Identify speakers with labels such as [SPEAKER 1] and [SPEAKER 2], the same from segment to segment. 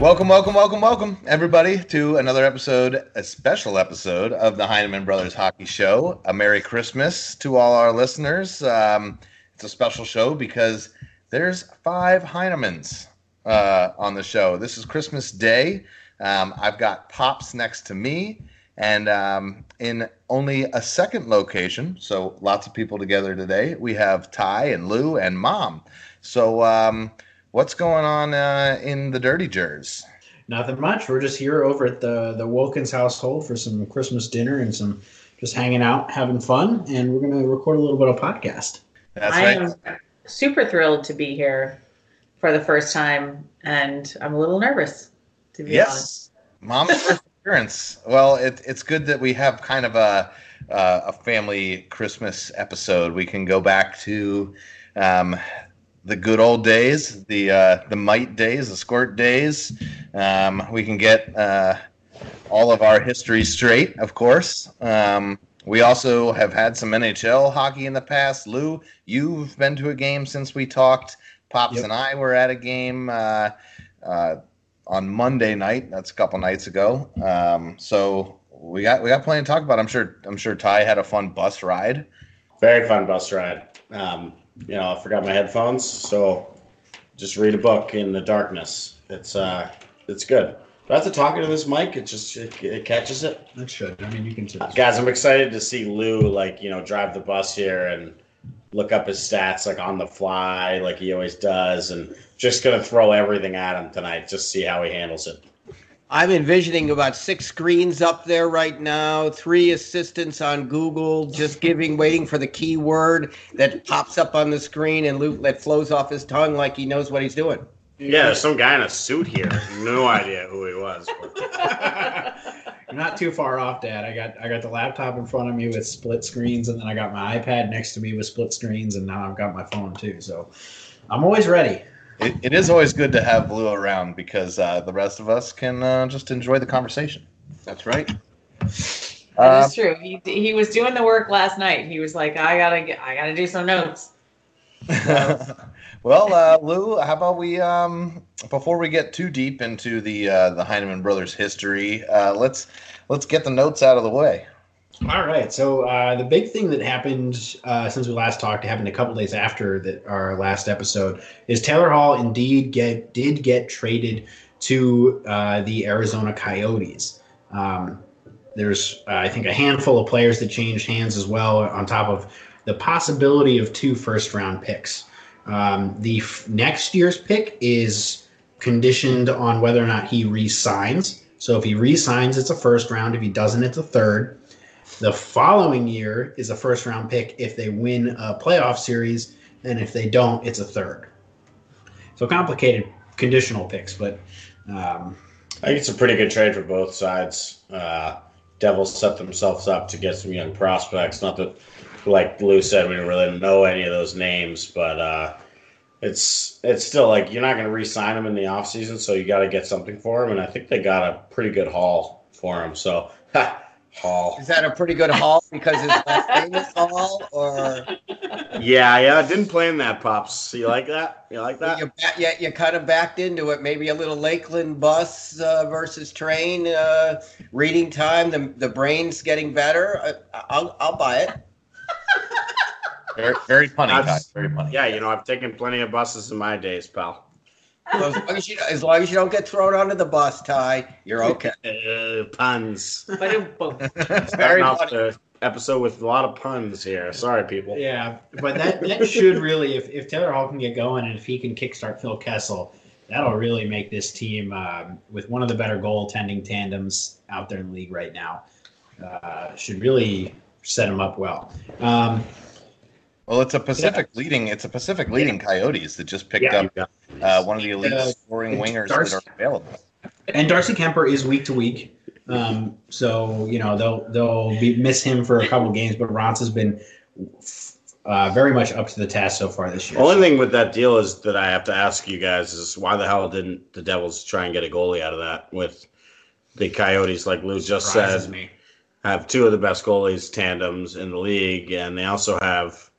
[SPEAKER 1] Welcome, welcome, welcome, welcome, everybody, to another episode, a special episode of the Heineman Brothers Hockey Show. A Merry Christmas to all our listeners. Um, it's a special show because there's five Heinemans uh, on the show. This is Christmas Day. Um, I've got Pops next to me, and um, in only a second location, so lots of people together today, we have Ty and Lou and Mom. So, um, what's going on uh, in the Dirty Jers?
[SPEAKER 2] Nothing much. We're just here over at the the Wilkins household for some Christmas dinner and some just hanging out, having fun, and we're going to record a little bit of podcast.
[SPEAKER 1] That's
[SPEAKER 3] I
[SPEAKER 1] right.
[SPEAKER 3] am super thrilled to be here for the first time, and I'm a little nervous, to be
[SPEAKER 1] Yes,
[SPEAKER 3] honest.
[SPEAKER 1] Mom's first appearance. Well, it, it's good that we have kind of a uh, a family Christmas episode. We can go back to um, the good old days, the uh, the mite days, the squirt days. Um, we can get uh, all of our history straight, of course. Um, we also have had some NHL hockey in the past. Lou, you've been to a game since we talked. Pops
[SPEAKER 2] Yep.
[SPEAKER 1] and I were at a game uh, uh, on Monday night. That's a couple nights ago. Um, so we got we got plenty to talk about. I'm sure I'm sure Ty had a fun bus ride.
[SPEAKER 4] Very fun bus ride. Um, you know, I forgot my headphones, so just read a book in the darkness. It's uh, it's good. Do I have to talk into this mic? It just it, it catches it.
[SPEAKER 2] That's good. I mean, you can.
[SPEAKER 4] Uh, guys, I'm excited to see Lou like you know drive the bus here and look up his stats like on the fly, like he always does, and just gonna throw everything at him tonight. Just see how he handles it.
[SPEAKER 5] I'm envisioning about six screens up there right now, three assistants on Google, just giving, waiting for the keyword that pops up on the screen and Lou that flows off his tongue like he knows what he's doing.
[SPEAKER 4] Yeah, there's some guy in a suit here. No idea who he was.
[SPEAKER 2] You're not too far off, Dad. I got I got the laptop in front of me with split screens, and then I got my iPad next to me with split screens, and now I've got my phone too. So I'm always ready.
[SPEAKER 1] It, it is always good to have Lou around because uh, the rest of us can uh, just enjoy the conversation.
[SPEAKER 5] That's right.
[SPEAKER 1] Uh,
[SPEAKER 3] that is true. He, he was doing the work last night. He was like, "I gotta get, I gotta do some notes."
[SPEAKER 1] well, uh, Lou, how about we um, before we get too deep into the uh, the Heineman brothers history, uh, let's let's get the notes out of the way.
[SPEAKER 2] All right. So uh, the big thing that happened uh, since we last talked, it happened a couple days after that our last episode, is Taylor Hall indeed get did get traded to uh, the Arizona Coyotes. Um, there's uh, I think a handful of players that changed hands as well, on top of the possibility of two first round picks. Um, the f- next year's pick is conditioned on whether or not he re-signs. So if he re-signs, it's a first round. If he doesn't, it's a third. The following year is a first round pick if they win a playoff series, and if they don't, it's a third. So complicated conditional picks, but um,
[SPEAKER 4] I think it's a pretty good trade for both sides. Uh, Devils set themselves up to get some young prospects. Not that, like Lou said, we don't really know any of those names, but uh, it's it's still like you're not going to re-sign them in the offseason, so you got to get something for them. And I think they got a pretty good haul for him. So, ha, haul.
[SPEAKER 5] Is that a pretty good haul because his last name is Hall? Or
[SPEAKER 4] Yeah, yeah. I didn't plan that, pops. You like that? You like that?
[SPEAKER 5] you, ba- yeah, you kind of backed into it. Maybe a little Lakeland bus uh, versus train uh, reading time. The, the brain's getting better. I, I'll, I'll buy it.
[SPEAKER 1] Very, very funny, Ty.
[SPEAKER 4] That's-
[SPEAKER 1] Very funny.
[SPEAKER 4] Yeah, you know, I've taken plenty of buses in my days, pal.
[SPEAKER 5] So as, long as, you, as long as you don't get thrown onto the bus, Ty, you're okay.
[SPEAKER 4] Uh, puns.
[SPEAKER 3] But it won't.
[SPEAKER 1] very
[SPEAKER 4] starting off
[SPEAKER 1] funny.
[SPEAKER 4] the episode with a lot of puns here. Sorry, people.
[SPEAKER 2] yeah, but that that should really, if if Taylor Hall can get going and if he can kickstart Phil Kessel, that'll really make this team um, with one of the better goaltending tandems out there in the league right now. Uh, should really set him up well. Um,
[SPEAKER 1] Well, it's a Pacific leading. It's a Pacific leading Coyotes that just picked
[SPEAKER 2] Yeah.
[SPEAKER 1] up uh, one of the elite
[SPEAKER 2] Uh,
[SPEAKER 1] scoring
[SPEAKER 2] it's
[SPEAKER 1] wingers
[SPEAKER 2] Darcy.
[SPEAKER 1] that are available.
[SPEAKER 2] And Darcy Kemper is week to week, um, so you know they'll they'll be, miss him for a couple games. But Rons has been uh, very much up to the task so far this year.
[SPEAKER 4] Only thing with that deal is that I have to ask you guys is why the hell didn't the Devils try and get a goalie out of that with the Coyotes, like Lou just
[SPEAKER 2] Surprises
[SPEAKER 4] said,
[SPEAKER 2] me.
[SPEAKER 4] have two of the best goalies tandems in the league, and they also have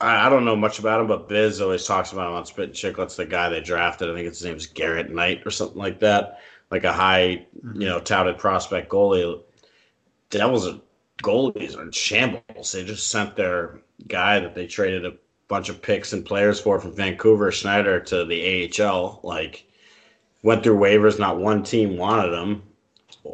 [SPEAKER 4] I, I don't know much about him, but Biz always talks about him on Spit and Chicklets. The guy they drafted, I think it's, his name's Garrett Knight or something like that, like a high,
[SPEAKER 2] Mm-hmm.
[SPEAKER 4] you know, touted prospect goalie. Devils are goalies are in shambles. They just sent their guy that they traded a bunch of picks and players for from Vancouver, Schneider, to the AHL. Like, went through waivers. Not one team wanted him.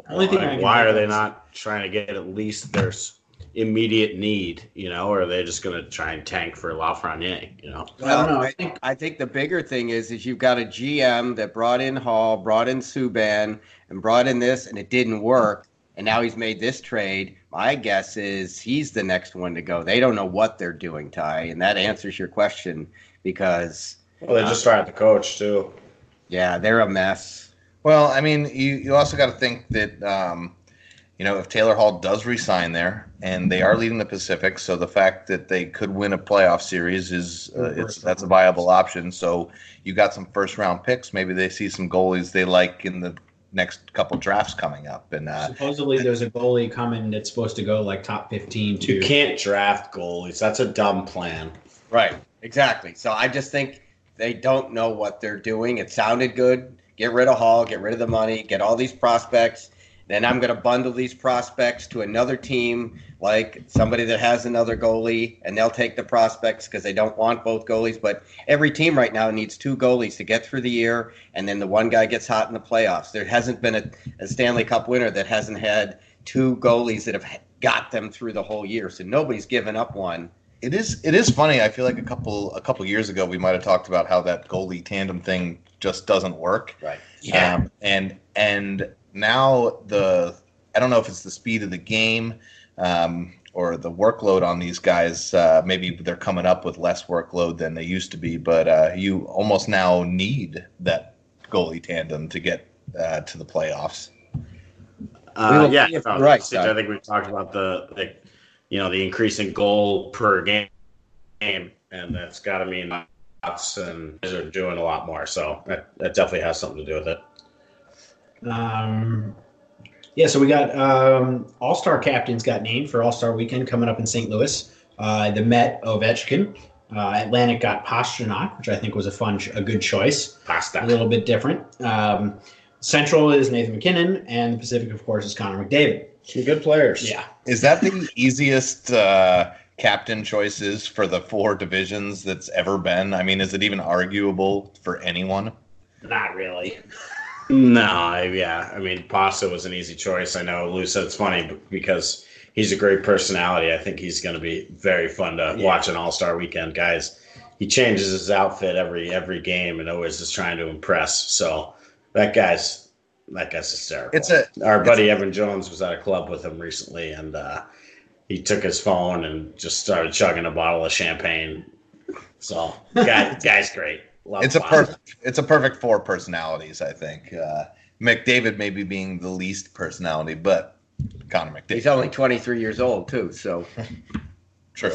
[SPEAKER 2] Only thing
[SPEAKER 4] Like,
[SPEAKER 2] I can
[SPEAKER 4] why
[SPEAKER 2] think
[SPEAKER 4] are
[SPEAKER 2] of
[SPEAKER 4] they
[SPEAKER 2] is-
[SPEAKER 4] not trying to get at least their s- immediate need? You know, or are they just going to try and tank for Lafreniere? You know,
[SPEAKER 2] I don't know. I
[SPEAKER 5] I
[SPEAKER 2] think-
[SPEAKER 5] think I think the bigger thing is is you've got a GM that brought in Hall, brought in Subban, and brought in this, and it didn't work. And now he's made this trade. My guess is he's the next one to go. They don't know what they're doing, Ty, and that answers your question because
[SPEAKER 4] well, they just fired the coach too.
[SPEAKER 5] yeah, they're a mess.
[SPEAKER 1] Well, I mean, you, you also got to think that, um, you know, if Taylor Hall does resign there and they are leading the Pacific, so the fact that they could win a playoff series is uh, it's that's a viable option. So you got some first round picks. Maybe they see some goalies they like in the next couple drafts coming up. And uh,
[SPEAKER 2] Supposedly, there's a goalie coming that's supposed to go like top 15 to.
[SPEAKER 4] You can't draft goalies. That's a dumb plan.
[SPEAKER 5] Right. Exactly. So I just think they don't know what they're doing. It sounded good. Get rid of Hall, get rid of the money, get all these prospects. Then I'm going to bundle these prospects to another team, like somebody that has another goalie, and they'll take the prospects because they don't want both goalies. But every team right now needs two goalies to get through the year, and then the one guy gets hot in the playoffs. There hasn't been a, a Stanley Cup winner that hasn't had two goalies that have got them through the whole year. So nobody's given up one.
[SPEAKER 1] it is it is funny. I feel like a couple a couple years ago we might have talked about how that goalie tandem thing just doesn't work.
[SPEAKER 4] Right.
[SPEAKER 1] Um, and and now the I don't know if it's the speed of the game um, or the workload on these guys. Uh, maybe they're coming up with less workload than they used to be, but uh, you almost now need that goalie tandem to get uh, to the playoffs.
[SPEAKER 5] We
[SPEAKER 4] Uh,
[SPEAKER 5] will
[SPEAKER 4] yeah,
[SPEAKER 5] see if
[SPEAKER 4] no,
[SPEAKER 5] you're right,
[SPEAKER 4] since
[SPEAKER 5] Doug.
[SPEAKER 4] I think we've talked about the, the, you know, the increase in goal per game, game and that's got to mean lots, and they are doing a lot more. So that, that definitely has something to do with it.
[SPEAKER 2] Um, yeah, so we got um, All Star captains got named for All Star Weekend coming up in St. Louis. Uh, the Met Ovechkin, uh, Atlantic got Pasternak, which I think was a fun, ch- a good choice, a
[SPEAKER 4] Pasta.
[SPEAKER 2] little bit different. Um, Central is Nathan McKinnon, and the Pacific, of course, is Connor McDavid.
[SPEAKER 4] Some good players.
[SPEAKER 2] Yeah,
[SPEAKER 1] Is that the easiest uh, captain choices for the four divisions that's ever been? I mean, is it even arguable for anyone?
[SPEAKER 2] not really.
[SPEAKER 4] No, I- yeah. I mean, Pasta was an easy choice. I know Lou said it's funny b- because he's a great personality. I think he's going to be very fun to watch an All Star Weekend, guys. He changes his outfit every every game and always is trying to impress. So that guy's that guy's hysterical.
[SPEAKER 1] It's a
[SPEAKER 4] Our buddy Evan Jones was at a club with him recently, and uh, he took his phone and just started chugging a bottle of champagne. So guy, guy's great. Love
[SPEAKER 1] it's a
[SPEAKER 4] Pasta.
[SPEAKER 1] perfect it's a perfect four personalities i think uh mcdavid maybe being the least personality but connor
[SPEAKER 5] He's
[SPEAKER 1] mcdavid
[SPEAKER 5] only 23 years old too, so
[SPEAKER 1] true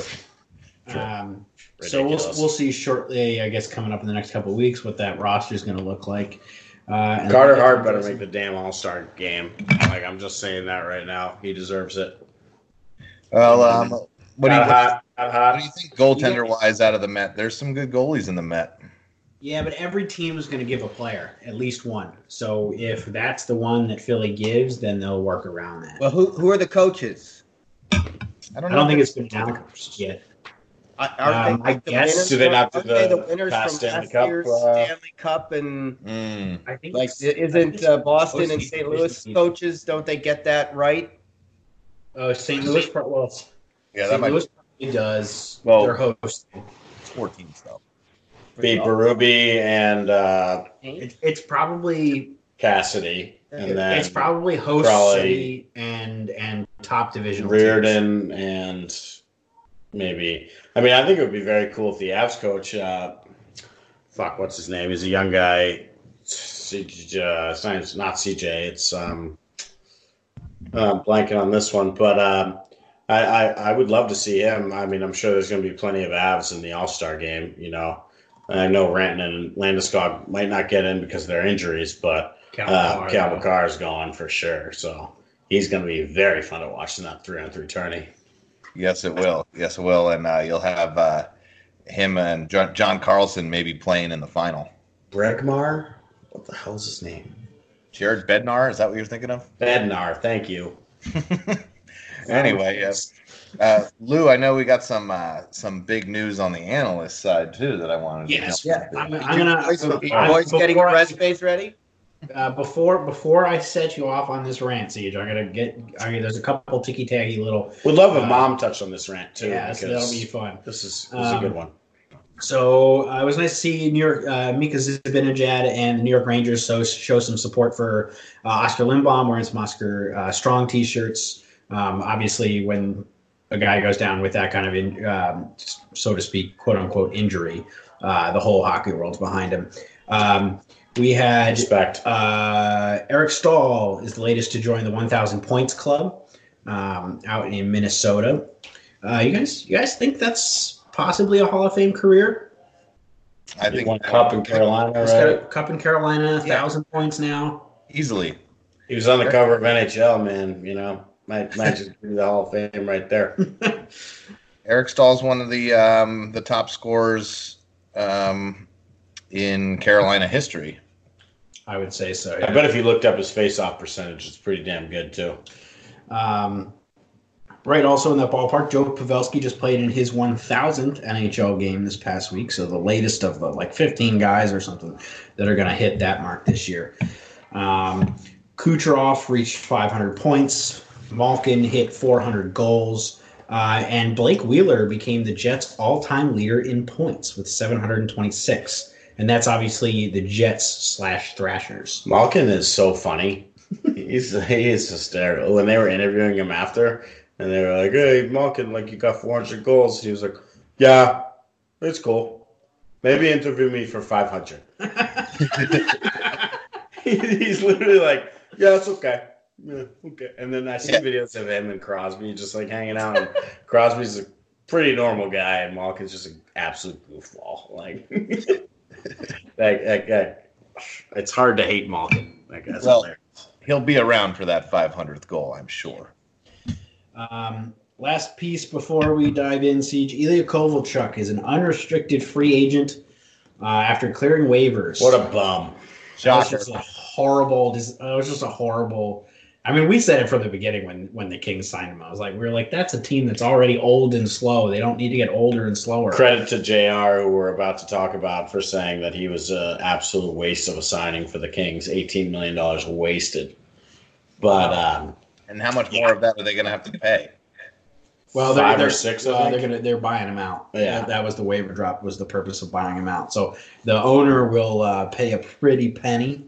[SPEAKER 1] Sure.
[SPEAKER 2] Um, so we'll,
[SPEAKER 4] Ridiculous.
[SPEAKER 2] we'll see shortly, I guess, coming up in the next couple of weeks what that roster is going to look like. Uh, and-
[SPEAKER 4] Carter Hart better make the damn All Star game. Like I'm just saying that right now. He deserves it.
[SPEAKER 1] well um what do, you,
[SPEAKER 4] Not
[SPEAKER 1] what
[SPEAKER 4] hot, not hot.
[SPEAKER 1] do you think goaltender wise out of the met there's some good goalies in the met
[SPEAKER 2] Yeah, but every team is going to give a player at least one. So if that's the one that Philly gives, then they'll work around that.
[SPEAKER 5] Well, who who are the coaches?
[SPEAKER 1] i don't
[SPEAKER 2] I
[SPEAKER 1] know
[SPEAKER 2] don't think it's been announced yet.
[SPEAKER 5] I- Are
[SPEAKER 2] Um, I
[SPEAKER 5] the
[SPEAKER 2] guess-
[SPEAKER 5] winners
[SPEAKER 4] Do they not do
[SPEAKER 5] aren't they
[SPEAKER 4] the
[SPEAKER 5] winners
[SPEAKER 4] past
[SPEAKER 5] from
[SPEAKER 4] Stanley
[SPEAKER 5] last
[SPEAKER 4] Cup,
[SPEAKER 5] year's
[SPEAKER 4] uh,
[SPEAKER 5] Stanley Cup and
[SPEAKER 1] Mm.
[SPEAKER 2] I think
[SPEAKER 5] like
[SPEAKER 2] it's-
[SPEAKER 5] isn't uh, Boston
[SPEAKER 2] OC
[SPEAKER 5] and St. Louis
[SPEAKER 2] division.
[SPEAKER 5] coaches? Don't they get that right?
[SPEAKER 2] Oh, St. Louis. pro- Well,
[SPEAKER 1] yeah that
[SPEAKER 2] St.
[SPEAKER 1] might
[SPEAKER 2] Louis probably does.
[SPEAKER 1] Well-
[SPEAKER 2] their host.
[SPEAKER 1] be 14 though
[SPEAKER 4] Be Berube and uh,
[SPEAKER 2] It, it's probably
[SPEAKER 4] Cassidy, and then
[SPEAKER 2] it's probably host
[SPEAKER 4] probably-
[SPEAKER 2] city and and top division.
[SPEAKER 4] Reardon uh, and maybe. I mean, I think it would be very cool if the Avs coach, uh, fuck, what's his name? He's a young guy. CJ, uh, his name's not CJ. It's um, uh, blanking on this one, but um, I, I I would love to see him. I mean, I'm sure there's going to be plenty of Avs in the All Star game. You know, I know Ranton and Landeskog might not get in because of their injuries, but uh, Cal McCarr's gone for sure, so he's going to be very fun to watch in that three on three tourney.
[SPEAKER 1] yes it will yes it will and uh you'll have uh him and Jo- John Carlson maybe playing in the final.
[SPEAKER 4] Bregmar? What the hell's his name?
[SPEAKER 1] Jared Bednar, is that what you're thinking of?
[SPEAKER 4] Bednar, thank you.
[SPEAKER 1] Anyway, yes. Uh, Lou, I know we got some uh, some big news on the analyst side too that I wanted
[SPEAKER 2] Yes.
[SPEAKER 1] to jump
[SPEAKER 2] I'm,
[SPEAKER 1] into.
[SPEAKER 2] I'm gonna.
[SPEAKER 5] Boys,
[SPEAKER 2] I'm-
[SPEAKER 5] boys getting
[SPEAKER 2] before I-
[SPEAKER 5] resumes ready?
[SPEAKER 2] Uh, before before I set you off on this rant, Siege, I'm gonna get. I mean, there's a couple ticky tacky little.
[SPEAKER 4] Would love if
[SPEAKER 2] Uh,
[SPEAKER 4] mom touched on this rant too.
[SPEAKER 2] yeah, so
[SPEAKER 4] because
[SPEAKER 2] that'll be fun.
[SPEAKER 4] This is, this is a good
[SPEAKER 2] Um,
[SPEAKER 4] one.
[SPEAKER 2] So uh, it was nice to see New York uh, Mika Zibanejad and the New York Rangers so show some support for uh, Oscar Lindbaum wearing some Oscar uh, Strong T-shirts. Um, obviously, when a guy goes down with that kind of, in, um, so to speak, quote unquote injury, uh, the whole hockey world's behind him. Um, we had
[SPEAKER 4] Respect.
[SPEAKER 2] uh, Eric Stahl is the latest to join the 1,000 Points Club um, out in Minnesota. Uh, you guys, you guys think that's possibly a Hall of Fame career?
[SPEAKER 1] I
[SPEAKER 4] He
[SPEAKER 1] think
[SPEAKER 4] won Cup in Carolina,
[SPEAKER 2] He's got a
[SPEAKER 4] right?
[SPEAKER 2] cup in Carolina,
[SPEAKER 1] Yeah.
[SPEAKER 2] 1,000 points now.
[SPEAKER 1] easily.
[SPEAKER 4] He was on the cover of NHL, man. You know, might might just be the Hall of Fame right there.
[SPEAKER 1] Eric Stahl's one of the um, the top scorers um, in Carolina history.
[SPEAKER 2] I would say so.
[SPEAKER 4] I bet if you looked up his face-off percentage, it's pretty damn good too.
[SPEAKER 2] Um, right, also in that ballpark, Joe Pavelski just played in his 1,000th NHL game this past week. So the latest of the like 15 guys or something that are going to hit that mark this year. Um, Kucherov reached 500 points. Malkin hit 400 goals. Uh, and Blake Wheeler became the Jets' all time leader in points with 726. And that's obviously the Jets slash Thrashers.
[SPEAKER 4] Malkin is so funny. He's he is hysterical. When they were interviewing him after, and they were like, "Hey, Malkin, like you got 400 goals," he was like, "Yeah, it's cool. Maybe interview me for 500." He- he's literally like, "Yeah, it's okay." Yeah, okay. And then I see
[SPEAKER 1] Yeah.
[SPEAKER 4] videos of him and Crosby just like hanging out. And Crosby's a pretty normal guy, and Malkin's just an absolute goofball. Like that, that guy. It's hard to hate Malkin. That guy's
[SPEAKER 1] Well,
[SPEAKER 4] hilarious.
[SPEAKER 1] He'll be around for that 500th goal, I'm sure.
[SPEAKER 2] Um, last piece before we dive in, Siege. Ilya Kovalchuk is an unrestricted free agent uh, after clearing waivers.
[SPEAKER 4] What a bum.
[SPEAKER 2] That was
[SPEAKER 1] Shocker.
[SPEAKER 2] just a horrible. dis- That was just a horrible. I mean, we said it from the beginning when when the Kings signed him. I was like, we were like, that's a team that's already old and slow. They don't need to get older and slower.
[SPEAKER 4] Credit to JR, who we're about to talk about, for saying that he was an absolute waste of a signing for the Kings. $18 million wasted. But um,
[SPEAKER 1] And how much more of that are they going to have to pay?
[SPEAKER 2] Well, they're,
[SPEAKER 4] Five or
[SPEAKER 2] they're,
[SPEAKER 4] six, I
[SPEAKER 2] Well,
[SPEAKER 4] think.
[SPEAKER 2] they're gonna they're buying him out.
[SPEAKER 4] Yeah.
[SPEAKER 2] that, that was the waiver drop was the purpose of buying him out. So the owner will uh, pay a pretty penny,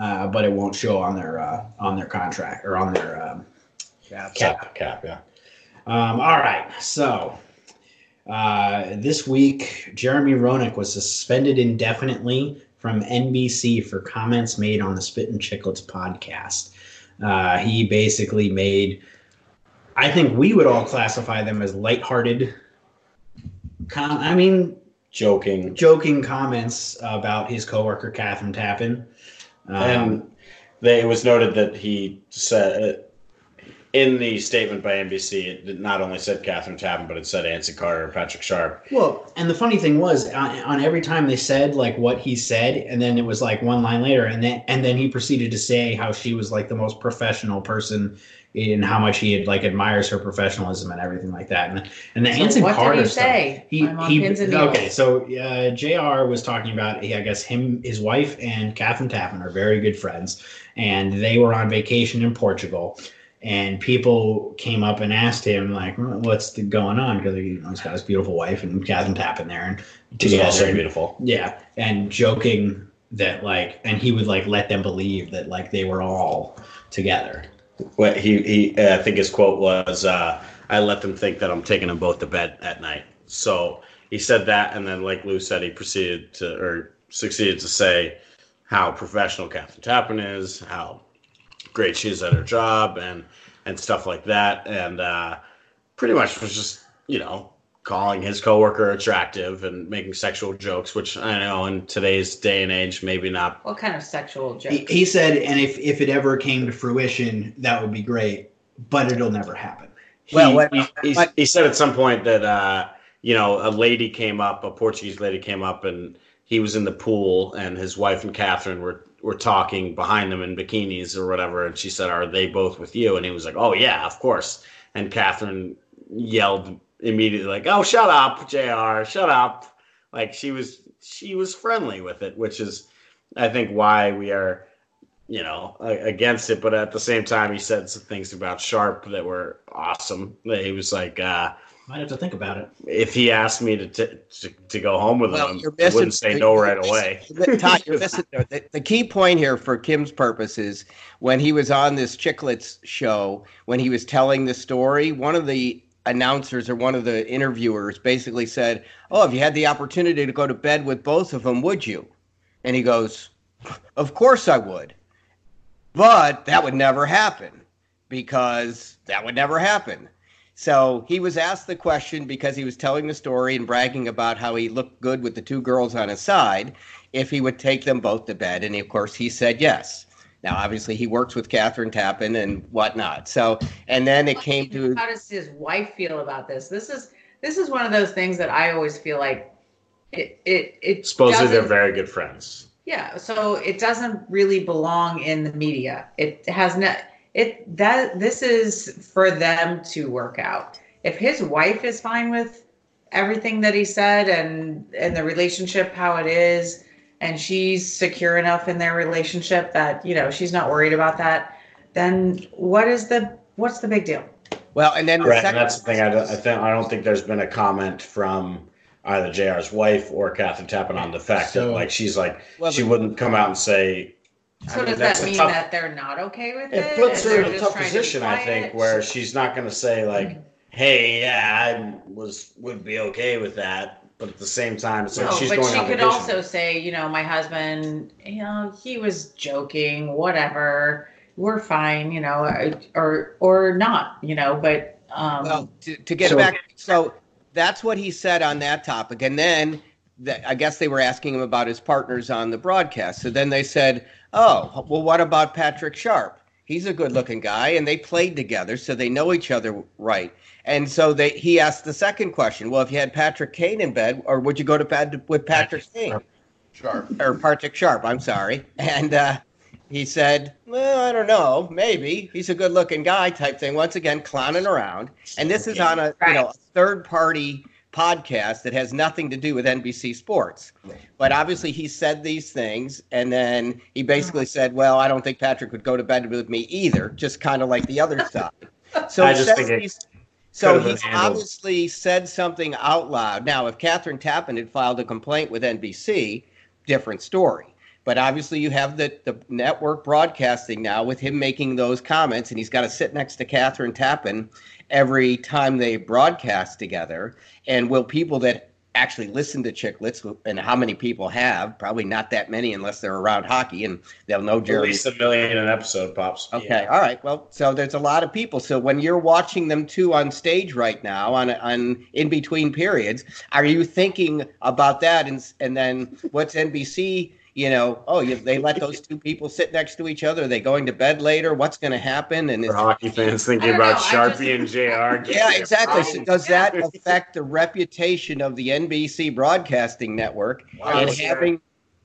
[SPEAKER 2] uh, but it won't show on their uh, on their contract or on their um, cap.
[SPEAKER 4] cap, cap, yeah.
[SPEAKER 2] Um, all right, so uh, this week Jeremy Roenick was suspended indefinitely from NBC for comments made on the Spit and Chicklets podcast. Uh, he basically made, I think we would all classify them as lighthearted. Com- I mean,
[SPEAKER 4] Joking.
[SPEAKER 2] joking comments about his coworker Catherine Tappan. Um,
[SPEAKER 4] and they, it was noted that he said uh, in the statement by NBC, it not only said Catherine Tappan, but it said Anson Carter and Patrick Sharp.
[SPEAKER 2] Well, and the funny thing was, on, on every time they said like what he said, and then it was like one line later, and then and then he proceeded to say how she was like the most professional person, and how much he had like admires her professionalism and everything like that. And and the
[SPEAKER 3] So
[SPEAKER 2] Anson
[SPEAKER 3] what did
[SPEAKER 2] Carter
[SPEAKER 3] he
[SPEAKER 2] stuff,
[SPEAKER 3] say?
[SPEAKER 2] He,
[SPEAKER 3] I'm on
[SPEAKER 2] he-
[SPEAKER 3] pins and
[SPEAKER 2] okay,
[SPEAKER 3] needles.
[SPEAKER 2] so uh, Jr. was talking about, yeah, I guess him, his wife, and Catherine Tappan are very good friends, and they were on vacation in Portugal, and people came up and asked him like, "Hmm, "What's the, going on?" Because you know, he's got his beautiful wife and Catherine Tappan there, and
[SPEAKER 4] It was also
[SPEAKER 2] together,
[SPEAKER 4] beautiful.
[SPEAKER 2] yeah, and joking that like, and he would like let them believe that like they were all together.
[SPEAKER 4] What he, he uh, I think his quote was, uh, "I let them think that I'm taking them both to bed at night." So he said that, and then like Lou said, he proceeded to or succeeded to say how professional Catherine Tappan is, how great she is at her job, and and stuff like that, and uh, pretty much was just you know calling his coworker attractive and making sexual jokes, which I know in today's day and age maybe not
[SPEAKER 3] What kind of sexual joke?
[SPEAKER 2] He, he said, and if if it ever came to fruition, that would be great, but it'll never happen.
[SPEAKER 4] He,
[SPEAKER 5] Well,
[SPEAKER 4] well,
[SPEAKER 5] when-
[SPEAKER 4] he, he,
[SPEAKER 5] when-
[SPEAKER 4] he said at some point that uh, you know, a lady came up, a Portuguese lady came up, and he was in the pool, and his wife and Catherine were were talking behind him in bikinis or whatever, and she said, "Are they both with you?" And he was like, "Oh yeah, of course." And Catherine yelled immediately, like, "Oh, shut up, Jr. Shut up!" Like she was she was friendly with it, which is, I think, why we are, you know, a- against it. But at the same time, he said some things about Sharp that were awesome. That He was like, uh,
[SPEAKER 2] Might have to think about it.
[SPEAKER 4] if he asked me to t- to, to go home with
[SPEAKER 5] Well,
[SPEAKER 4] him,
[SPEAKER 5] you're
[SPEAKER 4] I
[SPEAKER 5] missing-
[SPEAKER 4] wouldn't say no
[SPEAKER 5] you're
[SPEAKER 4] right
[SPEAKER 5] missing-
[SPEAKER 4] away.
[SPEAKER 5] Todd, you're missing the, the- the key point here for Kim's purpose is when he was on this Chicklets show, when he was telling the story, one of the announcers or one of the interviewers basically said, Oh, if you had the opportunity to go to bed with both of them, would you? And he goes, Of course I would. But that would never happen because that would never happen. So he was asked the question because he was telling the story and bragging about how he looked good with the two girls on his side if he would take them both to bed. And of course, he said yes. Now, obviously, he works with Catherine Tappan and whatnot. So, and then it came to
[SPEAKER 3] how does his wife feel about this? This is this is one of those things that I always feel like it it it
[SPEAKER 4] Supposedly they're
[SPEAKER 3] doesn't-
[SPEAKER 4] very good friends.
[SPEAKER 3] yeah. So it doesn't really belong in the media. It has not it that this is for them to work out. If his wife is fine with everything that he said and and the relationship how it is and she's secure enough in their relationship that you know she's not worried about that then what is the what's the big deal
[SPEAKER 5] well, and then the
[SPEAKER 4] Right, and
[SPEAKER 5] second,
[SPEAKER 4] that's the thing. I, don't- I think I don't think there's been a comment from either Jr's wife or Catherine Tappan on the fact that
[SPEAKER 2] So-
[SPEAKER 4] like she's like
[SPEAKER 5] Well,
[SPEAKER 4] she
[SPEAKER 5] the-
[SPEAKER 4] wouldn't come out and say. I
[SPEAKER 3] So
[SPEAKER 4] mean,
[SPEAKER 3] does
[SPEAKER 4] that's
[SPEAKER 3] that
[SPEAKER 4] a
[SPEAKER 3] mean
[SPEAKER 4] tough-
[SPEAKER 3] that they're not okay with it?
[SPEAKER 4] It puts
[SPEAKER 3] and
[SPEAKER 4] her
[SPEAKER 3] they're
[SPEAKER 4] in a
[SPEAKER 3] just
[SPEAKER 4] tough
[SPEAKER 3] trying to be
[SPEAKER 4] position, I think,
[SPEAKER 3] quiet?
[SPEAKER 4] where she's not going to say like, "Hey, yeah, I was would be okay with that," but at the same time, it's like
[SPEAKER 3] no,
[SPEAKER 4] she's
[SPEAKER 3] but
[SPEAKER 4] going
[SPEAKER 3] she
[SPEAKER 4] on
[SPEAKER 3] could
[SPEAKER 4] vacation.
[SPEAKER 3] also say, you know, my husband, you know, he was joking, whatever. We're fine, you know, or or not, you know. But um,
[SPEAKER 5] well, to, to get
[SPEAKER 2] So-
[SPEAKER 5] back, so that's what he said on that topic. And then the, I guess they were asking him about his partners on the broadcast. So then they said, Oh, well, what about Patrick Sharp? He's a good looking guy, and they played together, so they know each other right. And so they, he asked the second question Well, if you had Patrick Kane in bed, or would you go to bed with Patrick Kane?
[SPEAKER 1] Sharp.
[SPEAKER 5] or Patrick Sharp, I'm sorry. And uh, he said, Well, I don't know, maybe. He's a good looking guy type thing. Once again, clowning around. And this is on a you know a third party podcast that has nothing to do with NBC Sports. But obviously he said these things and then he basically said, Well, I don't think Patrick would go to bed with me either, just kind of like the other side. So
[SPEAKER 4] I
[SPEAKER 5] he
[SPEAKER 4] just
[SPEAKER 5] says
[SPEAKER 4] think it
[SPEAKER 5] these-
[SPEAKER 4] could
[SPEAKER 5] so
[SPEAKER 4] have been
[SPEAKER 5] he's
[SPEAKER 4] handled.
[SPEAKER 5] obviously said something out loud. Now, if Catherine Tappan had filed a complaint with NBC, different story. But obviously, you have the, the network broadcasting now with him making those comments, and he's got to sit next to Catherine Tappan every time they broadcast together. And will people that actually listen to Chicklets, and how many people have? Probably not that many unless they're around hockey, and they'll know
[SPEAKER 4] at
[SPEAKER 5] Jerry.
[SPEAKER 4] least a million an episode pops.
[SPEAKER 5] Okay. All right. Well, so there's a lot of people. So when you're watching them too on stage right now, on on in between periods, are you thinking about that? And and then what's NBC? You know, oh, you, they let those two people sit next to each other. Are they going to bed later? What's going to happen? And
[SPEAKER 4] For
[SPEAKER 5] it's,
[SPEAKER 4] hockey fans
[SPEAKER 3] I
[SPEAKER 4] thinking
[SPEAKER 3] don't know,
[SPEAKER 4] about
[SPEAKER 3] I
[SPEAKER 4] Sharpie
[SPEAKER 3] just-
[SPEAKER 4] and Jr. getting
[SPEAKER 5] yeah,
[SPEAKER 4] their
[SPEAKER 5] exactly.
[SPEAKER 4] prom.
[SPEAKER 5] So does that affect the reputation of the NBC broadcasting network
[SPEAKER 4] Wow,
[SPEAKER 5] and
[SPEAKER 4] Oh, yeah.
[SPEAKER 5] having?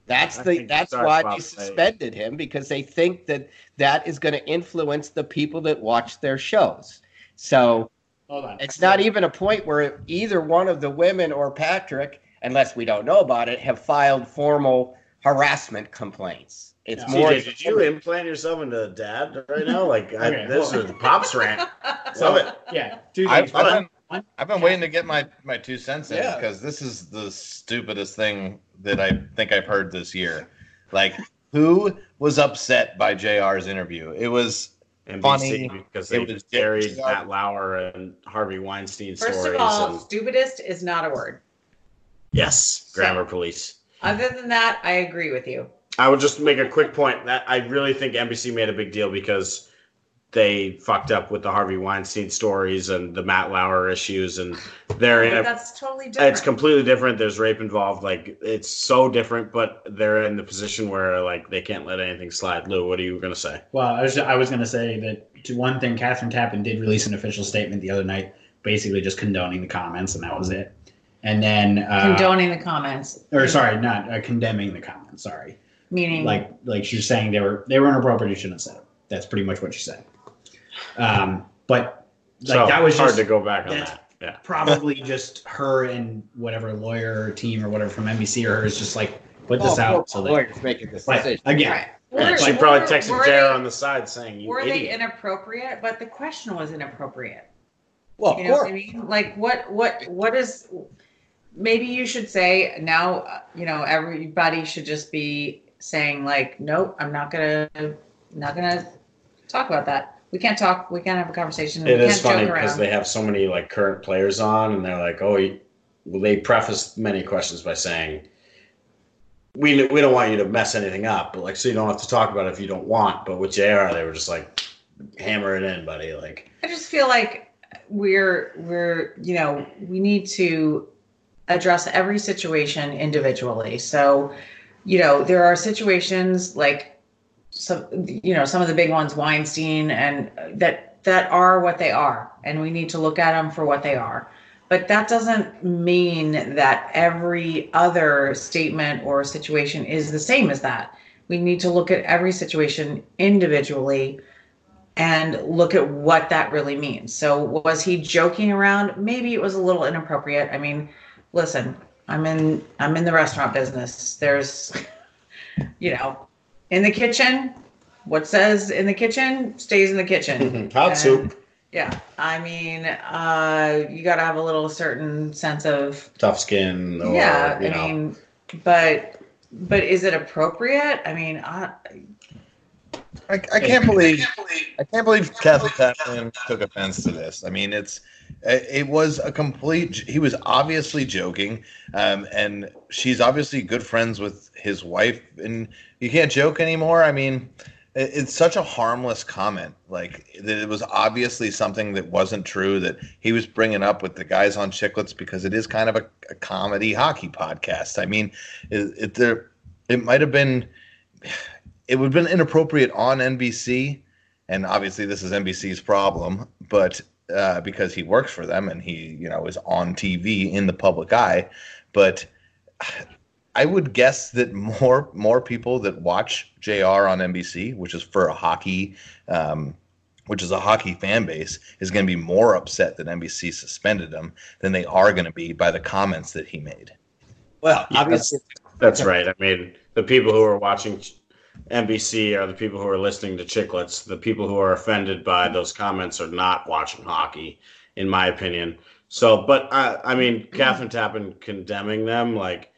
[SPEAKER 5] That's
[SPEAKER 4] I
[SPEAKER 5] the
[SPEAKER 4] think
[SPEAKER 5] that's
[SPEAKER 4] Stark
[SPEAKER 5] why
[SPEAKER 4] Bob
[SPEAKER 5] they
[SPEAKER 4] played.
[SPEAKER 5] suspended him because they think that that is going to influence the people that watch their shows. So
[SPEAKER 2] Hold on.
[SPEAKER 5] it's not even a point where either one of the women or Patrick, unless we don't know about it, have filed formal harassment complaints. It's
[SPEAKER 2] Yeah.
[SPEAKER 5] more
[SPEAKER 4] TJ, did you implant yourself into dad right now? Like I,
[SPEAKER 2] Okay,
[SPEAKER 4] this
[SPEAKER 2] well-
[SPEAKER 4] is pops rant.
[SPEAKER 2] So,
[SPEAKER 4] Love it.
[SPEAKER 2] yeah, two
[SPEAKER 1] I've,
[SPEAKER 2] things.
[SPEAKER 1] I've
[SPEAKER 2] One,
[SPEAKER 1] been, I've been waiting to get my, my two cents in
[SPEAKER 5] Yeah.
[SPEAKER 1] because this is the stupidest thing that I think I've heard this year. Like, who was upset by JR's interview? It was
[SPEAKER 4] NBC
[SPEAKER 1] Funny.
[SPEAKER 4] because
[SPEAKER 1] It
[SPEAKER 4] they
[SPEAKER 1] was
[SPEAKER 4] carried
[SPEAKER 1] Jr.
[SPEAKER 4] Matt Lauer and Harvey Weinstein
[SPEAKER 3] first
[SPEAKER 4] stories.
[SPEAKER 3] of all,
[SPEAKER 4] and-
[SPEAKER 3] stupidest is not a word.
[SPEAKER 4] yes, grammar police.
[SPEAKER 3] Other than that, I agree with you.
[SPEAKER 4] I would just make a quick point that I really think NBC made a big deal because they fucked up with the Harvey Weinstein stories and the Matt Lauer issues, and they're in
[SPEAKER 3] But
[SPEAKER 4] a
[SPEAKER 3] that's totally different.
[SPEAKER 4] it's completely different. There's rape involved. Like it's so different, but they're in the position where like they can't let anything slide. Lou, what are you gonna say?
[SPEAKER 2] well, I was, I was going to say that to one thing, Catherine Tappan did release an official statement the other night, basically just condoning the comments, and that was it. and then uh,
[SPEAKER 3] Condoning the comments,
[SPEAKER 2] or sorry, not uh, condemning the comments. Sorry,
[SPEAKER 3] meaning
[SPEAKER 2] like like she's saying they were they were inappropriate. You shouldn't have said them. That's pretty much what she said. Um, but like
[SPEAKER 4] so
[SPEAKER 2] that was
[SPEAKER 4] hard
[SPEAKER 2] just
[SPEAKER 4] to go back on
[SPEAKER 2] that's-
[SPEAKER 4] that. Yeah.
[SPEAKER 2] probably just her and whatever lawyer or team or whatever from NBC or her is just like put this
[SPEAKER 5] Oh,
[SPEAKER 2] out.
[SPEAKER 5] poor
[SPEAKER 2] So that,
[SPEAKER 5] lawyers making this
[SPEAKER 2] but
[SPEAKER 5] decision.
[SPEAKER 2] again,
[SPEAKER 3] Right.
[SPEAKER 4] Yeah,
[SPEAKER 3] Were-
[SPEAKER 4] she
[SPEAKER 3] were-
[SPEAKER 4] probably texted
[SPEAKER 3] were
[SPEAKER 4] Tara
[SPEAKER 3] they-
[SPEAKER 4] on the side saying, "You
[SPEAKER 3] Were they
[SPEAKER 4] idiot."
[SPEAKER 3] inappropriate? But the question was inappropriate.
[SPEAKER 5] Well,
[SPEAKER 3] you
[SPEAKER 5] of
[SPEAKER 3] know what I
[SPEAKER 5] course.
[SPEAKER 3] mean? Like what what what is maybe you should say now uh, you know everybody should just be saying like nope, I'm not going to not going to talk about that. We can't talk, we can't have a conversation,
[SPEAKER 4] It
[SPEAKER 3] we
[SPEAKER 4] is
[SPEAKER 3] can't
[SPEAKER 4] funny
[SPEAKER 3] joke
[SPEAKER 4] because
[SPEAKER 3] around.
[SPEAKER 4] they have so many like current players on, and they're like, "Oh, you, well, they preface many questions by saying." We, we don't want you to mess anything up, but like so you don't have to talk about it if you don't want. But with JR, they were just like, hammer it in, buddy. Like
[SPEAKER 3] I just feel like we're we're you know we need to address every situation individually. So, you know, there are situations like some you know some of the big ones, Weinstein, and uh, that that are what they are, and we need to look at them for what they are. But that doesn't mean that every other statement or situation is the same as that. We need to look at every situation individually and look at what that really means. So, was he joking around? Maybe it was a little inappropriate. I mean, listen, I'm in I'm in the restaurant business. There's, you know, in the kitchen, what says in the kitchen stays in the
[SPEAKER 2] Mm-hmm.
[SPEAKER 3] kitchen.
[SPEAKER 4] hot Mm-hmm. soup,
[SPEAKER 3] Yeah, I mean, uh, you got to have a little certain sense of
[SPEAKER 4] tough skin, or
[SPEAKER 3] yeah.
[SPEAKER 4] you
[SPEAKER 3] I
[SPEAKER 4] know,
[SPEAKER 3] mean, but but is it appropriate? I mean, I,
[SPEAKER 1] I, I can't believe I can't believe Kevin Kaplan took offense to this. I mean, it's uh, it was a complete. He was obviously joking, um, and she's obviously good friends with his wife, and you can't joke anymore. I mean, it, it's such a harmless comment. Like that, it was obviously something that wasn't true that he was bringing up with the guys on Chicklets because it is kind of a, a comedy hockey podcast. I mean, it, it there it might have been it would have been inappropriate on NBC, and obviously this is NBC's problem, but uh, because he works for them and he, you know, is on TV in the public eye, but I would guess that more more people that watch JR on NBC, which is for a hockey, um, which is a hockey fan base, is going to be more upset that NBC suspended him than they are going to be by the comments that he made.
[SPEAKER 5] Well,
[SPEAKER 4] Yeah,
[SPEAKER 5] obviously,
[SPEAKER 4] That's right. I mean, the people who are watching Ch- NBC are the people who are listening to Chicklets. The people who are offended by those comments are not watching hockey, in my opinion. So, but I, I mean, Catherine Tappan condemning them, like,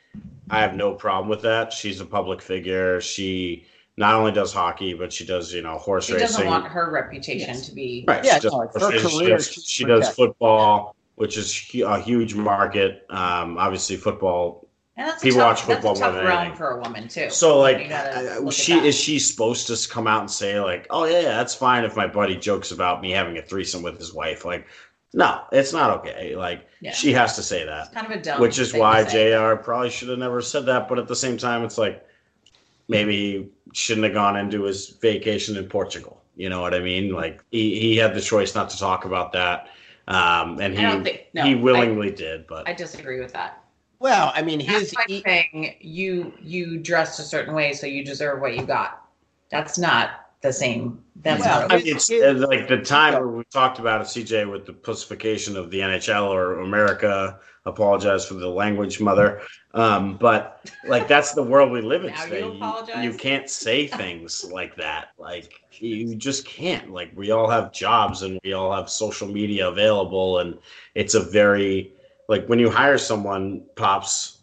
[SPEAKER 4] I have no problem with that. She's a public figure. She not only does hockey, but she does, you know, horse
[SPEAKER 3] she
[SPEAKER 4] racing.
[SPEAKER 3] doesn't want her reputation to be
[SPEAKER 4] Right.
[SPEAKER 5] Yeah,
[SPEAKER 4] she does,
[SPEAKER 5] no, it's her
[SPEAKER 4] she does- she
[SPEAKER 5] career
[SPEAKER 4] does-
[SPEAKER 5] she's
[SPEAKER 4] she does
[SPEAKER 5] protecting.
[SPEAKER 4] football, which is hu- a huge market. Um, obviously, football
[SPEAKER 3] And that's
[SPEAKER 4] People
[SPEAKER 3] a tough,
[SPEAKER 4] watch football
[SPEAKER 3] that's a tough
[SPEAKER 4] more than
[SPEAKER 3] realm
[SPEAKER 4] anything.
[SPEAKER 3] for a woman too.
[SPEAKER 4] So
[SPEAKER 3] You
[SPEAKER 4] like,
[SPEAKER 3] gotta
[SPEAKER 4] I- I-
[SPEAKER 3] look at
[SPEAKER 4] she
[SPEAKER 3] that.
[SPEAKER 4] is she supposed to come out and say like, oh yeah, yeah, that's fine if my buddy jokes about me having a threesome with his wife? Like, no, it's not okay. Like,
[SPEAKER 3] Yeah.
[SPEAKER 4] she has to say that,
[SPEAKER 3] It's kind of a dumb.
[SPEAKER 4] which is
[SPEAKER 3] thing
[SPEAKER 4] why
[SPEAKER 3] to say.
[SPEAKER 4] Jr. probably should have never said that. But at the same time, it's like maybe he shouldn't have gone into his vacation in Portugal. You know what I mean? Like he, he had the choice not to talk about that, um, and
[SPEAKER 3] I don't
[SPEAKER 4] he
[SPEAKER 3] think no.
[SPEAKER 4] he willingly did. But
[SPEAKER 3] I, I disagree with that.
[SPEAKER 5] well, I mean,
[SPEAKER 3] His
[SPEAKER 5] his
[SPEAKER 3] like
[SPEAKER 5] e-
[SPEAKER 3] saying you you dressed a certain way, so you deserve what you got. That's not the same. That's
[SPEAKER 5] Well,
[SPEAKER 3] not.
[SPEAKER 4] I
[SPEAKER 3] I,
[SPEAKER 4] mean, it's uh, like the time where we talked about it, CJ, with the pussification of the NHL or America. Apologize for the language, mother. Um, but like that's the world we live in
[SPEAKER 3] Now you
[SPEAKER 4] today.
[SPEAKER 3] apologize?
[SPEAKER 4] you can't say things like that. Like you just can't. Like we all have jobs and we all have social media available, and it's a very like when you hire someone, pops.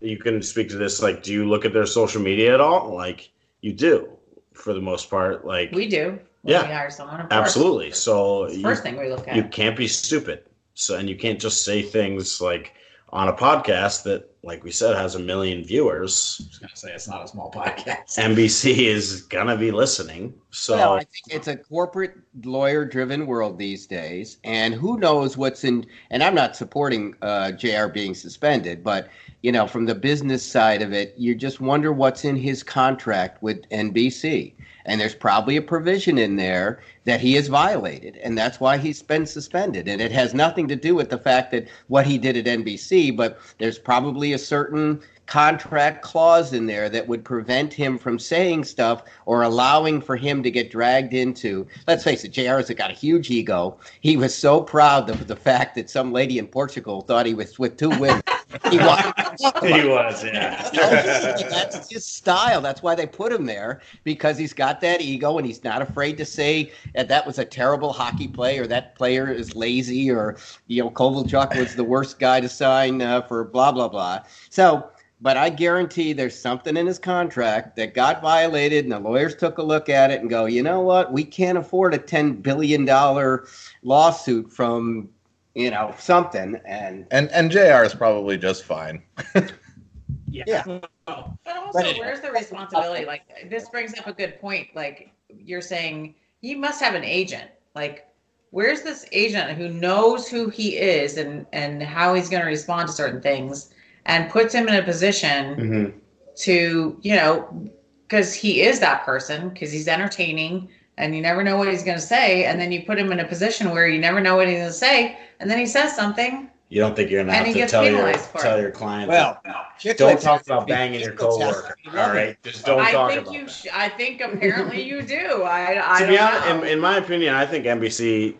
[SPEAKER 4] You can speak to this. Like, do you look at their social media at all? Like you do for the most part. Like
[SPEAKER 3] we do. When
[SPEAKER 4] Yeah.
[SPEAKER 3] we hire someone. Of course.
[SPEAKER 4] Absolutely. So
[SPEAKER 3] It's the
[SPEAKER 4] you,
[SPEAKER 3] first thing we look at.
[SPEAKER 4] you can't be stupid. So and you can't just say things like on a podcast that like we said, has a million viewers,
[SPEAKER 2] was gonna say it's not a small podcast.
[SPEAKER 4] NBC is gonna be listening. So
[SPEAKER 5] Well, I think it's a corporate lawyer-driven world these days, and who knows what's in. And I'm not supporting uh, Jr. being suspended, but you know, from the business side of it, you just wonder what's in his contract with NBC, and there's probably a provision in there that he has violated, and that's why he's been suspended. And it has nothing to do with the fact that what he did at NBC, but there's probably a certain contract clause in there that would prevent him from saying stuff or allowing for him to get dragged into. Let's face it, JR has got a huge ego. He was so proud of the fact that some lady in Portugal thought he was with two women. He wanted to talk about
[SPEAKER 4] he was, yeah.
[SPEAKER 5] that's his style. That's why they put him there because he's got that ego and he's not afraid to say that that was a terrible hockey play or that player is lazy or you know Kovalchuk was the worst guy to sign uh, for blah blah blah. So, but I guarantee there's something in his contract that got violated, and the lawyers took a look at it and go, you know what, we can't afford a ten billion dollar lawsuit from you know something and.
[SPEAKER 1] And and Jr. is probably just fine.
[SPEAKER 3] But also,
[SPEAKER 5] But anyway.
[SPEAKER 3] where's the responsibility? Like, this brings up a good point. Like, you're saying you must have an agent. Like, where's this agent who knows who he is and and how he's going to respond to certain things, and puts him in a position
[SPEAKER 5] Mm-hmm.
[SPEAKER 4] Mhm.
[SPEAKER 3] to you know, because he is that person, because he's entertaining, and you never know what he's going to say, and then you put him in a position where you never know what he's going to say, and then he says something.
[SPEAKER 4] You don't think you're gonna
[SPEAKER 3] And
[SPEAKER 4] have
[SPEAKER 3] he
[SPEAKER 4] to
[SPEAKER 3] gets
[SPEAKER 4] tell your
[SPEAKER 3] penalized for
[SPEAKER 4] tell
[SPEAKER 3] it.
[SPEAKER 4] your client
[SPEAKER 5] Well,
[SPEAKER 4] that, don't talk
[SPEAKER 5] Chicklets-
[SPEAKER 4] about banging your
[SPEAKER 5] Chicklets has to
[SPEAKER 4] coworker.
[SPEAKER 5] be
[SPEAKER 4] All
[SPEAKER 5] loving.
[SPEAKER 4] right, just don't
[SPEAKER 3] I
[SPEAKER 4] talk
[SPEAKER 3] think
[SPEAKER 4] about
[SPEAKER 3] you.
[SPEAKER 4] that.
[SPEAKER 3] Sh- I think apparently you do. I. I
[SPEAKER 4] to
[SPEAKER 3] don't
[SPEAKER 4] be
[SPEAKER 3] know.
[SPEAKER 4] honest, in, in my opinion, I think NBC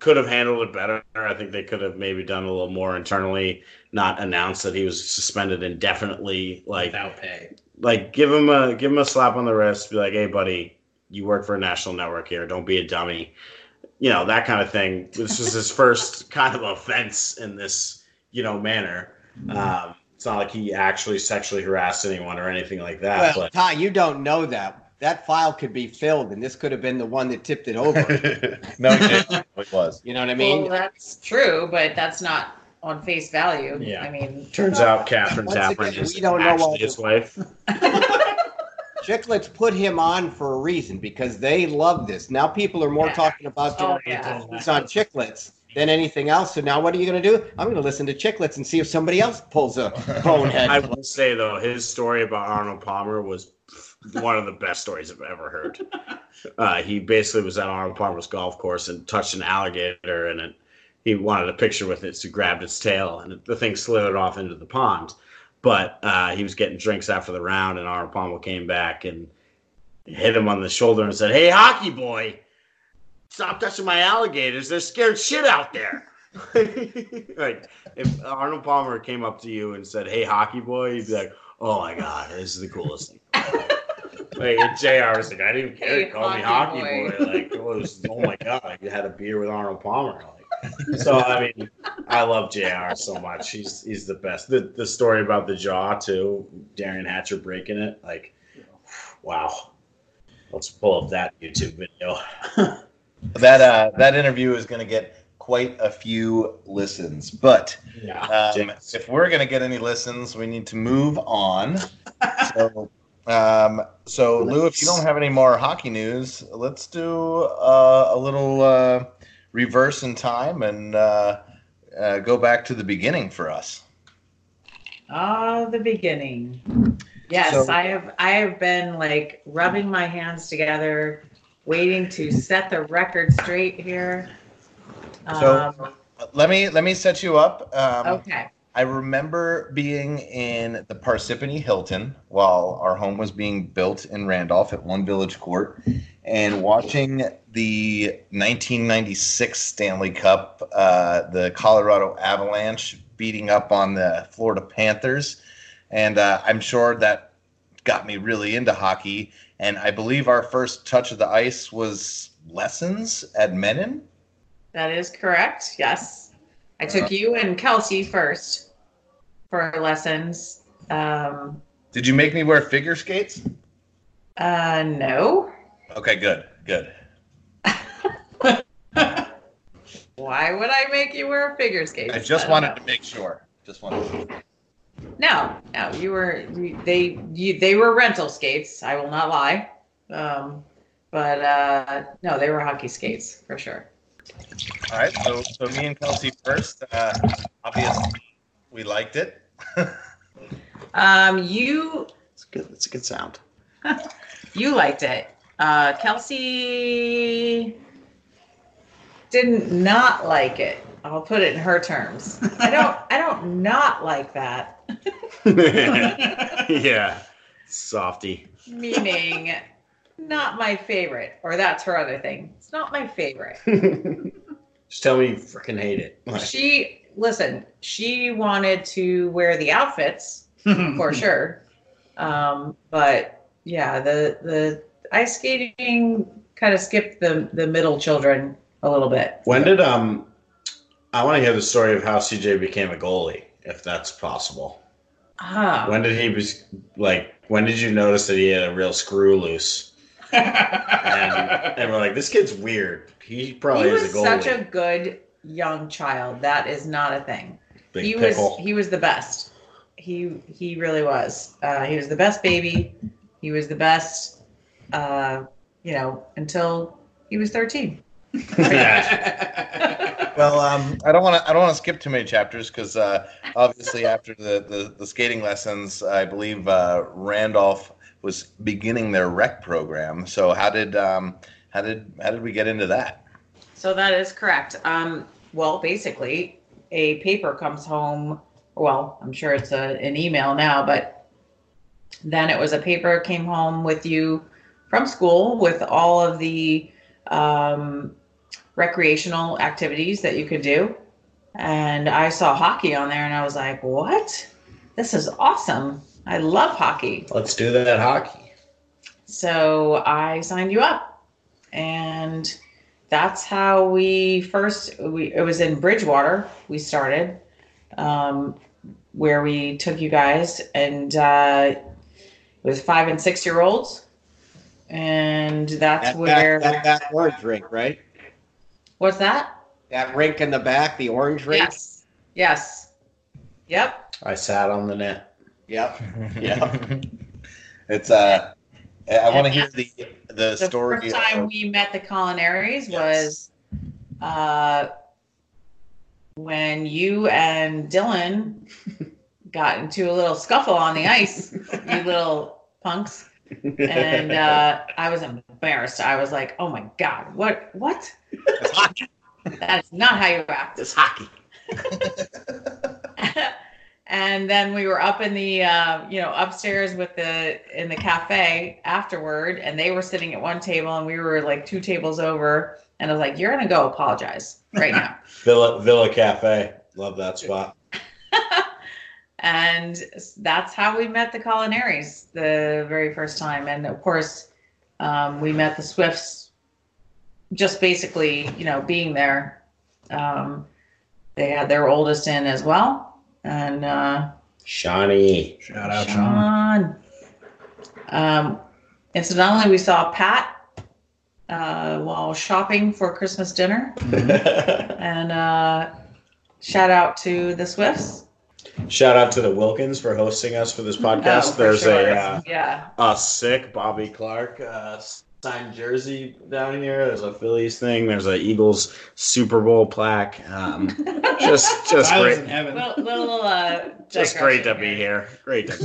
[SPEAKER 4] could have handled it better. I think they could have maybe done a little more internally, not announced that he was suspended indefinitely. Like,
[SPEAKER 2] Without pay.
[SPEAKER 4] like give him a give him a slap on the wrist. Be like, hey, buddy, you work for a national network here. Don't be a dummy. You know that kind of thing. This was his first kind of offense in this you know manner. Um, it's not like he actually sexually harassed anyone or anything like that.
[SPEAKER 5] Well, Ty, you don't know that. That file could be filled, and this could have been the one that tipped it over.
[SPEAKER 1] no, Jr. it was.
[SPEAKER 5] you know what I mean?
[SPEAKER 3] well, that's true, but that's not on face value.
[SPEAKER 2] Yeah.
[SPEAKER 3] I mean,
[SPEAKER 4] but turns out Catherine
[SPEAKER 5] Once again,
[SPEAKER 4] Tappan is
[SPEAKER 5] we don't know all
[SPEAKER 4] actually his
[SPEAKER 5] the-
[SPEAKER 4] wife.
[SPEAKER 5] Chicklets put him on for a reason because they love this. Now people are more
[SPEAKER 3] Yeah.
[SPEAKER 5] talking about
[SPEAKER 3] Oh,
[SPEAKER 5] oh,
[SPEAKER 3] yeah.
[SPEAKER 5] on Chicklets than anything else. So now what are you going to do? I'm going to listen to Chicklets and see if somebody else pulls a bonehead.
[SPEAKER 4] I will say though, his story about Arnold Palmer was one of the best stories I've ever heard. Uh, he basically was at Arnold Palmer's golf course and touched an alligator, and it, he wanted a picture with it, so he grabbed its tail, and the thing slithered off into the pond. But uh, he was getting drinks after the round, and Arnold Palmer came back and hit him on the shoulder and said, "Hey, hockey boy, stop touching my alligators. They're scared shit out there." like if Arnold Palmer came up to you and said, "Hey, hockey boy," you'd be like, "Oh my god, this is the coolest thing." like and Jr. was like, "I didn't care.
[SPEAKER 3] Hey,
[SPEAKER 4] He called me
[SPEAKER 3] hockey
[SPEAKER 4] hockey boy." Like, it was, oh my god, you had a beer with Arnold Palmer. Like, so I mean, I love Jr. so much. He's he's the best. The the story about the jaw too, Darren Hatcher breaking it. Like, wow. Let's pull up that YouTube video.
[SPEAKER 1] That uh, that interview is going to get quite a few listens, but
[SPEAKER 2] Yeah.
[SPEAKER 1] um,
[SPEAKER 4] James.
[SPEAKER 1] if we're going to get any listens, we need to move on. So, um, so Lou, if you don't have any more hockey news, let's do uh, a little uh, reverse in time and uh, uh, go back to the beginning for us.
[SPEAKER 3] ah, the beginning. Yes,
[SPEAKER 1] So-
[SPEAKER 3] I have. I have been like rubbing my hands together, waiting to set the record straight here. Um,
[SPEAKER 1] So- Let me let me set you up. Um,
[SPEAKER 3] okay.
[SPEAKER 1] I remember being in the Parsippany Hilton while our home was being built in Randolph at One Village Court and watching the 1996 Stanley Cup, uh, the Colorado Avalanche beating up on the Florida Panthers. And uh, I'm sure that got me really into hockey. And I believe our first touch of the ice was lessons at Menin.
[SPEAKER 3] That is correct. Yes. I took you and Kelsey first for lessons. Um,
[SPEAKER 1] Did you make me wear figure skates?
[SPEAKER 3] uh, no.
[SPEAKER 1] Okay, good, good.
[SPEAKER 3] Why would I make you wear figure skates?
[SPEAKER 1] I just
[SPEAKER 3] don't
[SPEAKER 1] wanted
[SPEAKER 3] know.
[SPEAKER 1] to make sure. Just wanted.
[SPEAKER 3] No, no, you were you, they you, they were rental skates. I will not lie, um, but uh, no, they were hockey skates for sure.
[SPEAKER 1] All right, so so me and Kelsey first. Uh, obviously, we liked it.
[SPEAKER 3] Um, you
[SPEAKER 6] It's good. It's a good sound.
[SPEAKER 3] you liked it. Uh, Kelsey didn't not like it. I'll put it in her terms. I don't I don't not like that.
[SPEAKER 4] yeah, softy.
[SPEAKER 3] meaning not my favorite, or that's her other thing. It's not my favorite.
[SPEAKER 4] Just tell me you freaking hate it. Like,
[SPEAKER 3] She listen. She wanted to wear the outfits for sure, um, but yeah, the the ice skating kind of skipped the the middle children a little bit.
[SPEAKER 4] when did um? I want to hear the story of how CJ became a goalie, if that's possible.
[SPEAKER 3] Ah,
[SPEAKER 4] When did he bes- like? When did you notice that he had a real screw loose? And, and we're like, this kid's weird. He probably
[SPEAKER 3] he was
[SPEAKER 4] is a goalie.
[SPEAKER 3] such a good young child. That is not a thing.
[SPEAKER 4] Big
[SPEAKER 3] he
[SPEAKER 4] pickle.
[SPEAKER 3] was he was the best. He he really was. Uh, he was the best baby. He was the best. Uh, you know, until he was thirteen.
[SPEAKER 1] Well, um, I don't want to. I don't want to skip too many chapters because uh, obviously after the, the the skating lessons, I believe uh, Randolph was beginning their rec program. So how did um, how did how did we get into that?
[SPEAKER 3] So that is correct. Um, well, basically, a paper comes home. Well, I'm sure it's a, an email now, but then it was a paper came home with you from school with all of the um, recreational activities that you could do. And I saw hockey on there and I was like, what? This is awesome. I love hockey.
[SPEAKER 4] Let's do that hockey.
[SPEAKER 3] So I signed you up, and that's how we first. We it was in Bridgewater. We started, um, where we took you guys, and uh, it was five and six year olds, and that's
[SPEAKER 5] That,
[SPEAKER 3] where.
[SPEAKER 5] back, that back orange rink, right?
[SPEAKER 3] what's that?
[SPEAKER 5] That rink in the back, the orange rink.
[SPEAKER 3] Yes. Yes. Yep.
[SPEAKER 4] I sat on the net.
[SPEAKER 5] Yep.
[SPEAKER 1] yeah, it's. Uh, I- I want to hear the the
[SPEAKER 3] The
[SPEAKER 1] story.
[SPEAKER 3] first time
[SPEAKER 1] of-
[SPEAKER 3] we met the culinaries was
[SPEAKER 1] Yes.
[SPEAKER 3] uh, when you and Dylan got into a little scuffle on the ice, you little punks. And uh, I was embarrassed. I was like, "Oh my god, what? What? That's not how you act."
[SPEAKER 6] It's hockey.
[SPEAKER 3] and then we were up in the uh, you know upstairs with the in the cafe afterward and they were sitting at one table and we were like two tables over and i was like you're gonna go apologize right now
[SPEAKER 4] Villa Villa Cafe. Love that spot.
[SPEAKER 3] and that's how we met the culinaries the very first time and of course um, we met the swifts just basically you know being there um, they had their oldest in as well and uh,
[SPEAKER 4] Shawnee.
[SPEAKER 2] Shout out, Sean.
[SPEAKER 3] sean um, incidentally we saw pat uh, while shopping for christmas dinner and uh, shout out to the swifts
[SPEAKER 4] Shout out to the Wilkins for hosting us for this podcast.
[SPEAKER 3] Oh, for
[SPEAKER 4] There's
[SPEAKER 3] sure.
[SPEAKER 4] a uh,
[SPEAKER 3] yeah
[SPEAKER 4] a sick Bobby Clark uh, signed jersey down here. There's a Phillies thing. There's a Eagles Super Bowl plaque. Um, just just
[SPEAKER 2] Tyler's in
[SPEAKER 4] great.
[SPEAKER 2] heaven.
[SPEAKER 3] Well, little uh,
[SPEAKER 4] Just great to
[SPEAKER 3] digression
[SPEAKER 4] be here. Great to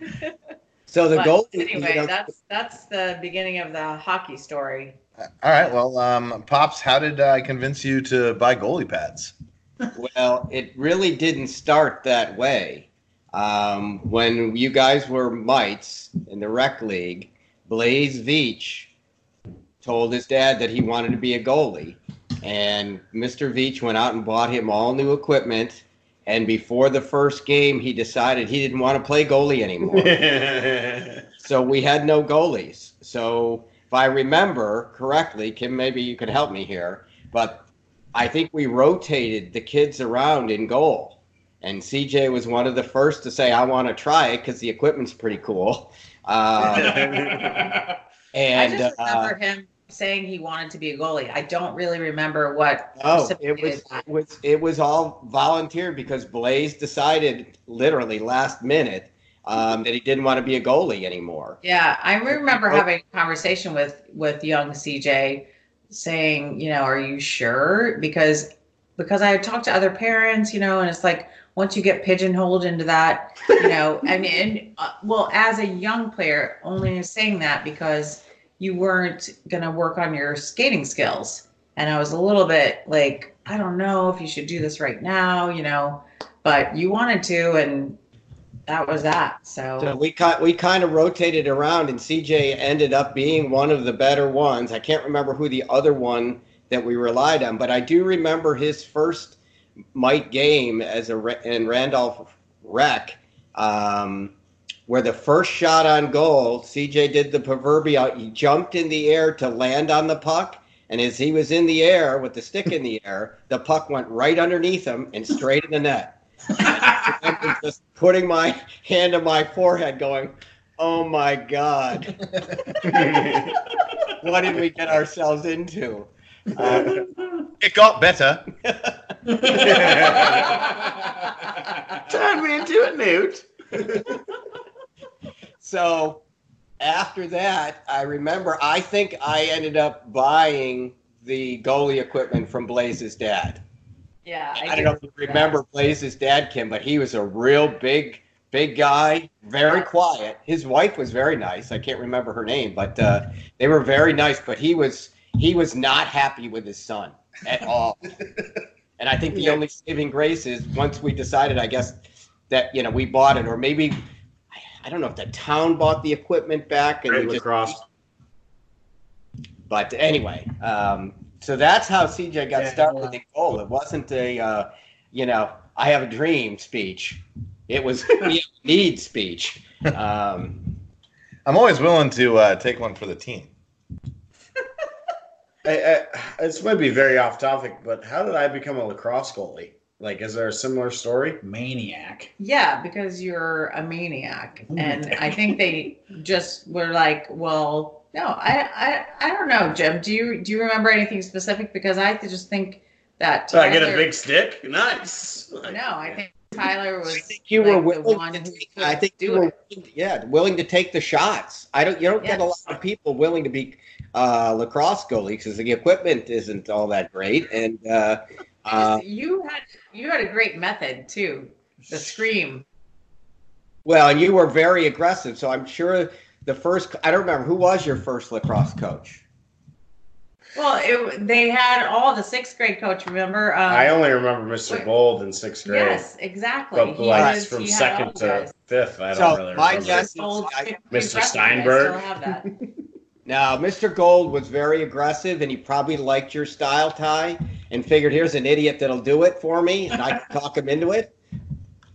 [SPEAKER 4] be here.
[SPEAKER 5] So the
[SPEAKER 3] But
[SPEAKER 5] goal.
[SPEAKER 3] Anyway, that's that's the beginning of the hockey story.
[SPEAKER 1] All right, well, um, pops, how did I convince you to buy goalie pads?
[SPEAKER 5] Well, it really didn't start that way. Um, when you guys were mites in the rec league, Blaze Veach told his dad that he wanted to be a goalie, and Mr. Veach went out and bought him all new equipment. And before the first game, he decided he didn't want to play goalie anymore. So we had no goalies. So if I remember correctly, Kim, maybe you can help me here, but I think we rotated the kids around in goal. And CJ was one of the first to say, I want to try it because the
[SPEAKER 4] Um,
[SPEAKER 5] equipment's pretty cool. Uh,
[SPEAKER 2] yeah,
[SPEAKER 3] I
[SPEAKER 5] and
[SPEAKER 3] just
[SPEAKER 5] uh,
[SPEAKER 3] remember him saying he wanted to be a goalie. I don't really remember what.
[SPEAKER 5] Oh, it
[SPEAKER 3] precipitated
[SPEAKER 5] was,
[SPEAKER 3] that.
[SPEAKER 5] it was it was all volunteer because Blaze decided literally last minute um, that he didn't want to be a goalie anymore.
[SPEAKER 3] Yeah, I remember having a conversation with with young CJ, saying, you know, are you sure? Because because I had talked to other parents, you know, and it's like once you get pigeonholed into that, you know, I mean, and, uh, well, as a young player, only saying that because you weren't gonna work on your skating skills, and I was a little bit like, I don't know if you should do this right now, you know, but you wanted to, and that was that.
[SPEAKER 5] So we kind we kind of rotated around, and CJ ended up being one of the better ones. I can't remember who the other one that we relied on, but I do remember his first Mike game as a Ra- in Randolph Rec, um, where the first shot on goal, CJ did the proverbial. He jumped in the air to land on the puck, and as he was in the air with the stick in the air, the puck went right underneath him and straight in the net. I was just putting my hand on my forehead, going, "Oh my god, what did we get ourselves into?" Uh,
[SPEAKER 1] It got better.
[SPEAKER 4] Turn me into a newt.
[SPEAKER 5] so after that, I remember. I think I ended up buying the goalie equipment from Blaze's dad.
[SPEAKER 3] Yeah,
[SPEAKER 5] I, don't know if you remember Blaze's dad, Kim, but he was a real big, big guy, very quiet. His wife was very nice. I can't remember her name, but uh, they were very nice. But he was he was not happy with his son at all. and I think the only saving grace is once we decided, I guess, that you know we bought it, or maybe I- I don't know if the town bought the equipment back and
[SPEAKER 4] Great
[SPEAKER 5] we just
[SPEAKER 4] lacrosse.
[SPEAKER 5] but anyway, um, so that's how CJ got
[SPEAKER 2] Yeah.
[SPEAKER 5] started with the goal. It wasn't a, uh, you know, I have a dream speech. It was we have a need speech. Um,
[SPEAKER 1] I'm always willing to uh, take one for the team.
[SPEAKER 4] I, I, this might be very off topic, but how did I become a lacrosse goalie? Like, is there a similar story?
[SPEAKER 2] Maniac.
[SPEAKER 3] Yeah, because you're a maniac, and I think they just were like, "Well, no, I, I, I don't know, Jim. Do you do you remember anything specific? Because I just think that
[SPEAKER 4] So I get a
[SPEAKER 3] Tyler-
[SPEAKER 4] big stick. Nice.
[SPEAKER 3] No, I think Tyler
[SPEAKER 5] I
[SPEAKER 3] was.
[SPEAKER 5] think you
[SPEAKER 3] like
[SPEAKER 5] were
[SPEAKER 3] the
[SPEAKER 5] willing.
[SPEAKER 3] one
[SPEAKER 5] To
[SPEAKER 3] who
[SPEAKER 5] take,
[SPEAKER 3] could
[SPEAKER 5] I think you
[SPEAKER 3] do
[SPEAKER 5] were,
[SPEAKER 3] it.
[SPEAKER 5] willing- yeah, willing to take the shots. I don't. You don't get a lot
[SPEAKER 3] Yes.
[SPEAKER 5] of people willing to be uh, lacrosse goalies because the equipment isn't all that great. And uh, uh,
[SPEAKER 3] Just- you had you had a great method too. The scream.
[SPEAKER 5] well, and you were very aggressive. So I'm sure the first. I don't remember who was your first lacrosse coach.
[SPEAKER 3] Well, it, they had all the sixth grade coach. Remember? Um,
[SPEAKER 4] I only remember Mr.
[SPEAKER 3] Wait.
[SPEAKER 4] Bold in sixth grade.
[SPEAKER 3] yes, exactly.
[SPEAKER 4] But
[SPEAKER 3] He
[SPEAKER 4] like
[SPEAKER 3] was-
[SPEAKER 4] from
[SPEAKER 3] he had all
[SPEAKER 4] second
[SPEAKER 3] the
[SPEAKER 4] to
[SPEAKER 3] guys.
[SPEAKER 4] fifth, I don't
[SPEAKER 5] So,
[SPEAKER 4] really
[SPEAKER 5] my
[SPEAKER 4] remember.
[SPEAKER 5] guess-
[SPEAKER 3] Old-
[SPEAKER 5] I-
[SPEAKER 3] Mr.
[SPEAKER 4] Steinberg.
[SPEAKER 3] I still have that.
[SPEAKER 5] Now, Mr. Gold was very aggressive, and he probably liked your style, Ty, and figured here's an idiot that'll do it for me, and I can talk him into it.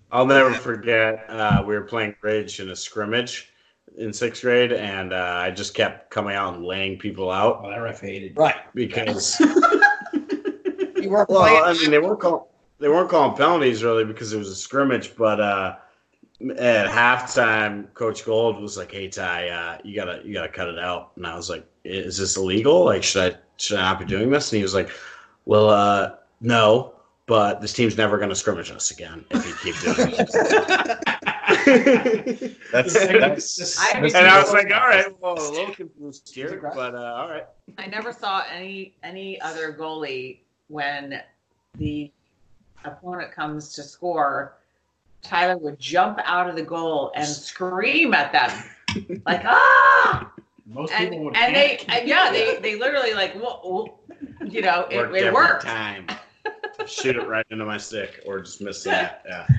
[SPEAKER 4] I'll never forget. Uh, we were playing bridge in a scrimmage in sixth grade, and uh, I just kept coming out and laying people out
[SPEAKER 2] Oh, that ref hated.
[SPEAKER 5] Right.
[SPEAKER 4] because
[SPEAKER 5] You were
[SPEAKER 4] Well, I
[SPEAKER 5] playing-
[SPEAKER 4] mean, they weren't calling they weren't calling penalties really because it was a scrimmage, but uh, at halftime, Coach Gold was like, "Hey Ty, uh, you gotta you gotta cut it out," and I was like, "Is this illegal? Like, should I should I not be doing this?" And he was like, "Well, uh, no." But this team's never going to scrimmage us again if you keep doing it.
[SPEAKER 1] That's, that's
[SPEAKER 3] I mean-
[SPEAKER 4] and I was like, "All right, well, a little confused here,
[SPEAKER 5] Congrats.
[SPEAKER 4] but uh, all right."
[SPEAKER 3] I never saw any any other goalie when the opponent comes to score. Tyler would jump out of the goal and scream at them, like ah!
[SPEAKER 2] Most
[SPEAKER 3] And
[SPEAKER 2] people would.
[SPEAKER 3] and they
[SPEAKER 2] panic.
[SPEAKER 3] and yeah, they they literally like whoa, whoa. you know, it,
[SPEAKER 4] every
[SPEAKER 3] it worked.
[SPEAKER 4] time. Shoot it right into my stick or just miss the net. Yeah.
[SPEAKER 1] I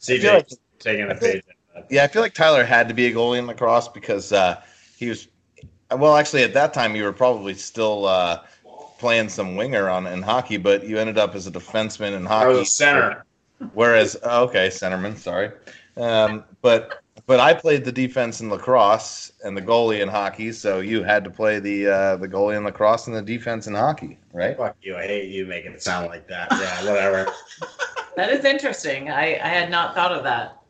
[SPEAKER 1] feel
[SPEAKER 4] CJ
[SPEAKER 1] like-
[SPEAKER 4] taking a
[SPEAKER 1] I feel-
[SPEAKER 4] page. out of that.
[SPEAKER 1] yeah. I feel like Tyler had to be a goalie in lacrosse because uh, he was. Well, actually, at that time you were probably still uh, playing some winger on in hockey, but you ended up as a defenseman in
[SPEAKER 4] I
[SPEAKER 1] hockey.
[SPEAKER 4] was a center.
[SPEAKER 1] Whereas, oh, okay, centerman, sorry, um, but but I played the defense in lacrosse and the goalie in hockey, so you had to play the uh, the goalie in lacrosse and the defense in hockey, right?
[SPEAKER 4] Fuck you. I hate you making it sound like that. Yeah, whatever.
[SPEAKER 3] That is interesting. I I had not thought of that.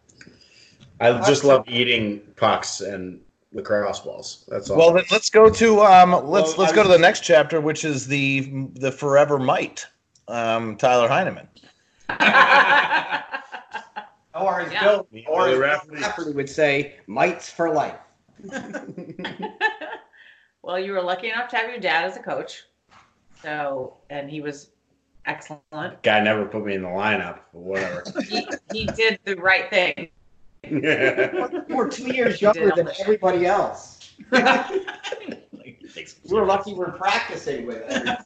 [SPEAKER 4] I just love eating pucks and lacrosse balls. That's all.
[SPEAKER 1] Well, then let's go to um, let's
[SPEAKER 4] Well,
[SPEAKER 1] let's
[SPEAKER 4] I
[SPEAKER 1] go to
[SPEAKER 4] was-
[SPEAKER 1] the next chapter, which is the the forever might, um, Tyler Heineman.
[SPEAKER 5] Or as
[SPEAKER 3] Yeah.
[SPEAKER 5] Bill,
[SPEAKER 4] Yeah,
[SPEAKER 5] or as
[SPEAKER 4] Billy
[SPEAKER 5] Bill
[SPEAKER 4] Rafferty.
[SPEAKER 5] Rafferty would say, mites for life.
[SPEAKER 3] well, you were lucky enough to have your dad as a coach. So, and he was excellent.
[SPEAKER 4] guy never put me in the lineup, but whatever.
[SPEAKER 3] He, he did the right thing.
[SPEAKER 5] You were two years
[SPEAKER 3] You did
[SPEAKER 5] younger than
[SPEAKER 3] accomplish.
[SPEAKER 5] everybody else.
[SPEAKER 4] Thanks.
[SPEAKER 5] We were lucky we're practicing with everybody.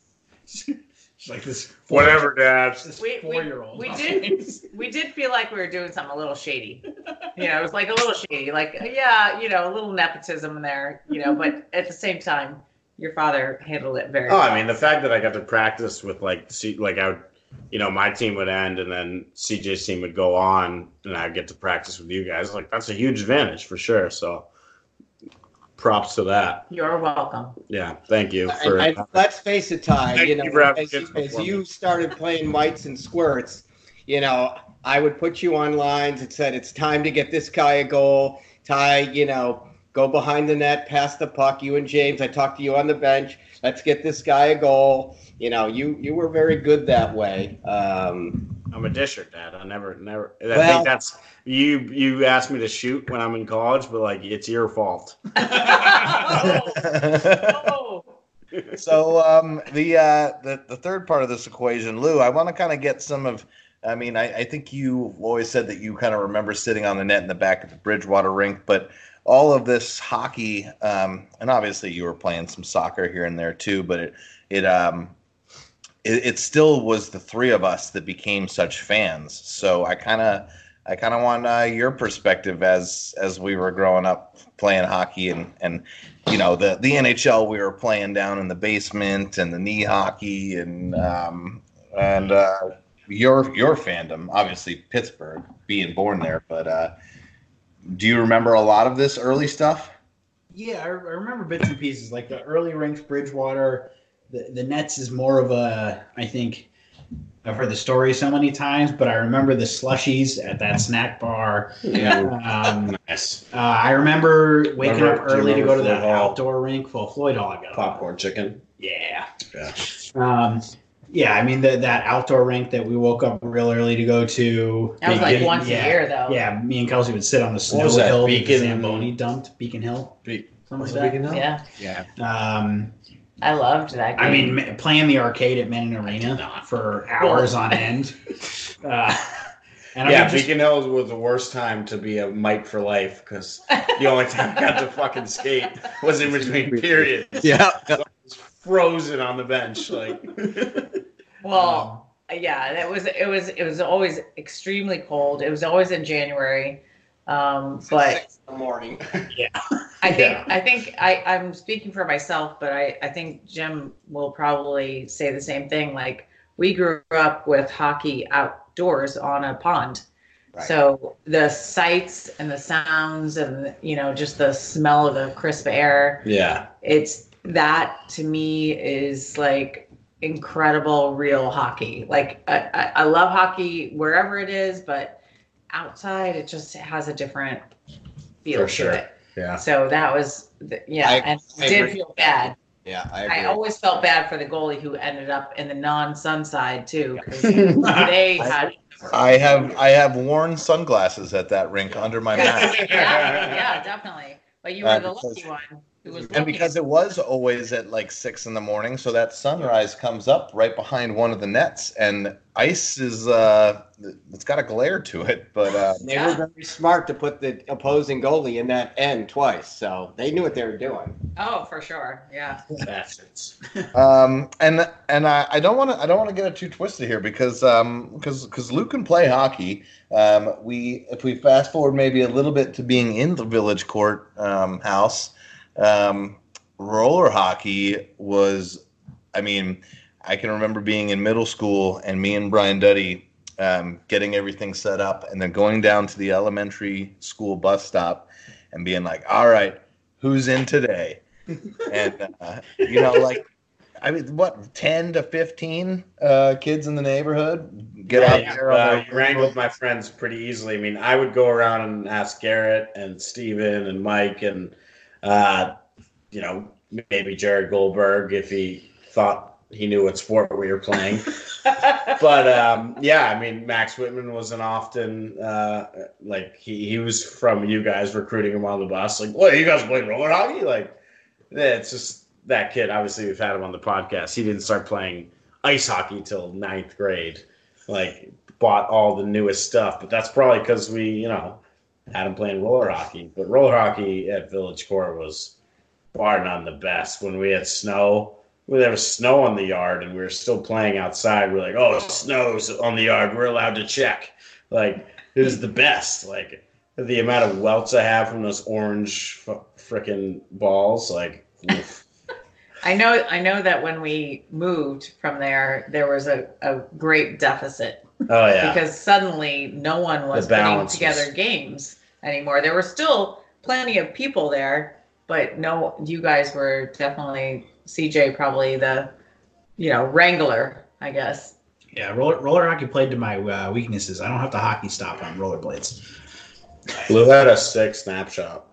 [SPEAKER 2] It's like this.
[SPEAKER 4] Whatever, Dad.
[SPEAKER 2] This
[SPEAKER 3] We- we-
[SPEAKER 2] four-year-old.
[SPEAKER 3] we did- We did feel like we were doing something a little shady. You know, it was like a little shady, like, yeah, you know, a little nepotism in there, you know, but at the same time, your father handled it very
[SPEAKER 4] Oh, I mean, the fact that I got to practice with like, C- like I would, you know, my team would end and then CJ's team would go on, and I get to practice with you guys. Like that's a huge advantage for sure. So, props to that.
[SPEAKER 3] You're welcome.
[SPEAKER 4] Yeah, thank you for.
[SPEAKER 5] And, and let's face it, Ty.
[SPEAKER 4] Thank
[SPEAKER 5] You
[SPEAKER 4] you for
[SPEAKER 5] know,
[SPEAKER 4] having
[SPEAKER 5] as,
[SPEAKER 4] kids
[SPEAKER 5] you- as
[SPEAKER 4] before
[SPEAKER 5] you
[SPEAKER 4] me.
[SPEAKER 5] started playing mites and squirts, you know, I would put you on lines and said it's time to get this guy a goal. Ty, you know, go behind the net, pass the puck. You and James, I talked to you on the bench. Let's get this guy a goal. You know, you you were very good that way. Um,
[SPEAKER 4] I'm a disher, Dad. I never, never. I
[SPEAKER 5] Well-
[SPEAKER 4] think that's you. You asked me to shoot when I'm in college, but like it's your fault.
[SPEAKER 3] oh,
[SPEAKER 1] so um, the, uh, the the third part of this equation, Lou, I want to kind of get some of. I mean, I, I think you always said that you kind of remember sitting on the net in the back of the Bridgewater rink, but all of this hockey, um, and obviously you were playing some soccer here and there too, but it it um it, it still was the three of us that became such fans. So I kind of I kind of want uh, your perspective as as we were growing up playing hockey and and you know the the NHL we were playing down in the basement and the knee hockey and um, and uh, your your fandom obviously Pittsburgh being born there but uh, do you remember a lot of this early stuff?
[SPEAKER 2] Yeah, I, I remember bits and pieces like the early ranks Bridgewater. The, the Nets is more of a I think I've heard the story so many times, but I remember the slushies at that snack bar.
[SPEAKER 4] Yeah,
[SPEAKER 2] Um,
[SPEAKER 4] nice
[SPEAKER 2] uh, I remember waking
[SPEAKER 4] Remember-
[SPEAKER 2] up
[SPEAKER 4] do you
[SPEAKER 2] early to go
[SPEAKER 4] remember
[SPEAKER 2] to that
[SPEAKER 4] Floyd Hall?
[SPEAKER 2] outdoor rink. Well, Floyd Hall I got
[SPEAKER 4] popcorn chicken.
[SPEAKER 2] Yeah.
[SPEAKER 4] Yeah.
[SPEAKER 2] Um, yeah, I mean the, that outdoor rink that we woke up real early to go to.
[SPEAKER 3] that was like
[SPEAKER 2] Beacon,
[SPEAKER 3] once
[SPEAKER 2] yeah.
[SPEAKER 3] a year, though.
[SPEAKER 2] Yeah, me and Kelsey would sit on the snow
[SPEAKER 4] was that,
[SPEAKER 2] hill that the
[SPEAKER 4] Beacon-
[SPEAKER 2] Zamboni dumped Beacon Hill.
[SPEAKER 4] Be-
[SPEAKER 2] something like that.
[SPEAKER 3] Yeah.
[SPEAKER 4] Yeah,
[SPEAKER 2] Um,
[SPEAKER 3] I loved that. Game.
[SPEAKER 2] I mean, ma- playing the arcade at Menon Arena for hours on end. Uh, and I
[SPEAKER 4] yeah.
[SPEAKER 2] mean, just,
[SPEAKER 4] Beacon Hills was the worst time to be a Mike for life because the only time I got to fucking skate was in between periods.
[SPEAKER 5] yeah.
[SPEAKER 4] It's frozen on the bench, like
[SPEAKER 3] well,
[SPEAKER 2] um,
[SPEAKER 3] yeah that was it was it was always extremely cold it was always in january um but
[SPEAKER 5] Six in the morning.
[SPEAKER 3] i think
[SPEAKER 2] Yeah.
[SPEAKER 3] i think i i'm speaking for myself but i i think jim will probably say the same thing like we grew up with hockey outdoors on a pond
[SPEAKER 5] Right.
[SPEAKER 3] so the sights and the sounds and you know just the smell of the crisp air
[SPEAKER 4] yeah.
[SPEAKER 3] it's that to me is like incredible real hockey like I, I, I love hockey wherever it is but outside it just has a different feel
[SPEAKER 4] For sure.
[SPEAKER 3] to it
[SPEAKER 4] Yeah.
[SPEAKER 3] so that was the, yeah
[SPEAKER 5] I-
[SPEAKER 3] and
[SPEAKER 5] I
[SPEAKER 3] did
[SPEAKER 5] agree.
[SPEAKER 3] feel bad
[SPEAKER 5] Yeah, I agree.
[SPEAKER 3] i always felt bad for the goalie who ended up in the non-sun side too 'cause they had
[SPEAKER 1] I have I have worn sunglasses at that rink under my mask.
[SPEAKER 3] yeah, yeah definitely but you were
[SPEAKER 1] Uh,
[SPEAKER 3] the
[SPEAKER 1] because-
[SPEAKER 3] lucky one who was
[SPEAKER 1] And
[SPEAKER 3] lucky.
[SPEAKER 1] because it was always at like six in the morning, so that sunrise comes up right behind one of the nets, and ice is uh, it's got a glare to it, but uh,
[SPEAKER 5] And they were very smart to put the opposing goalie in that end twice, so they knew what they were doing.
[SPEAKER 3] oh for sure yeah
[SPEAKER 4] Bastards.
[SPEAKER 1] um, and and I, I don't want to I don't want to get it too twisted here because um because because Luke can play hockey. Um, we if we fast forward maybe a little bit to being in the Village Court um, house, um, roller hockey was, I mean, I can remember being in middle school and me and Brian Duddy um, getting everything set up and then going down to the elementary school bus stop and being like, all right, who's in today? and uh, you know like I mean, what, 10 to 15 uh, kids in the neighborhood get
[SPEAKER 4] yeah,
[SPEAKER 1] out
[SPEAKER 4] yeah.
[SPEAKER 1] there?
[SPEAKER 4] Uh,
[SPEAKER 1] on
[SPEAKER 4] you rang with my friends pretty easily. I mean, I would go around and ask Garrett and Steven and Mike and Uh, you know, maybe Jared Goldberg if he thought he knew what sport we were playing. but um, yeah, I mean, Max Whitman wasn't often uh, like he, he was from you guys recruiting him on the bus. Like, what you guys playing roller hockey? Like, yeah, it's just that kid. Obviously, we've had him on the podcast. He didn't start playing ice hockey till ninth grade. Like, bought all the newest stuff, but that's probably because we, you know, had him playing roller hockey. But roller hockey at Village Core was bar none the best. When we had snow, when there was snow on the yard and we were still playing outside, we are like, oh, snow's on the yard. We're allowed to check. Like, it was the best. Like, the amount of welts I have from those orange f- freaking balls, like, oof.
[SPEAKER 3] I know I know that when we moved from there, there was a, a great deficit
[SPEAKER 4] oh yeah,
[SPEAKER 3] because suddenly no one was
[SPEAKER 4] The
[SPEAKER 3] putting
[SPEAKER 4] balance
[SPEAKER 3] together
[SPEAKER 4] was-
[SPEAKER 3] games anymore. There were still plenty of people there, but no, you guys were definitely CJ probably the you know wrangler, I guess.
[SPEAKER 2] Yeah, roller, roller hockey played to my uh, weaknesses. I don't have to hockey stop on rollerblades.
[SPEAKER 4] Lou had a sick snapshot.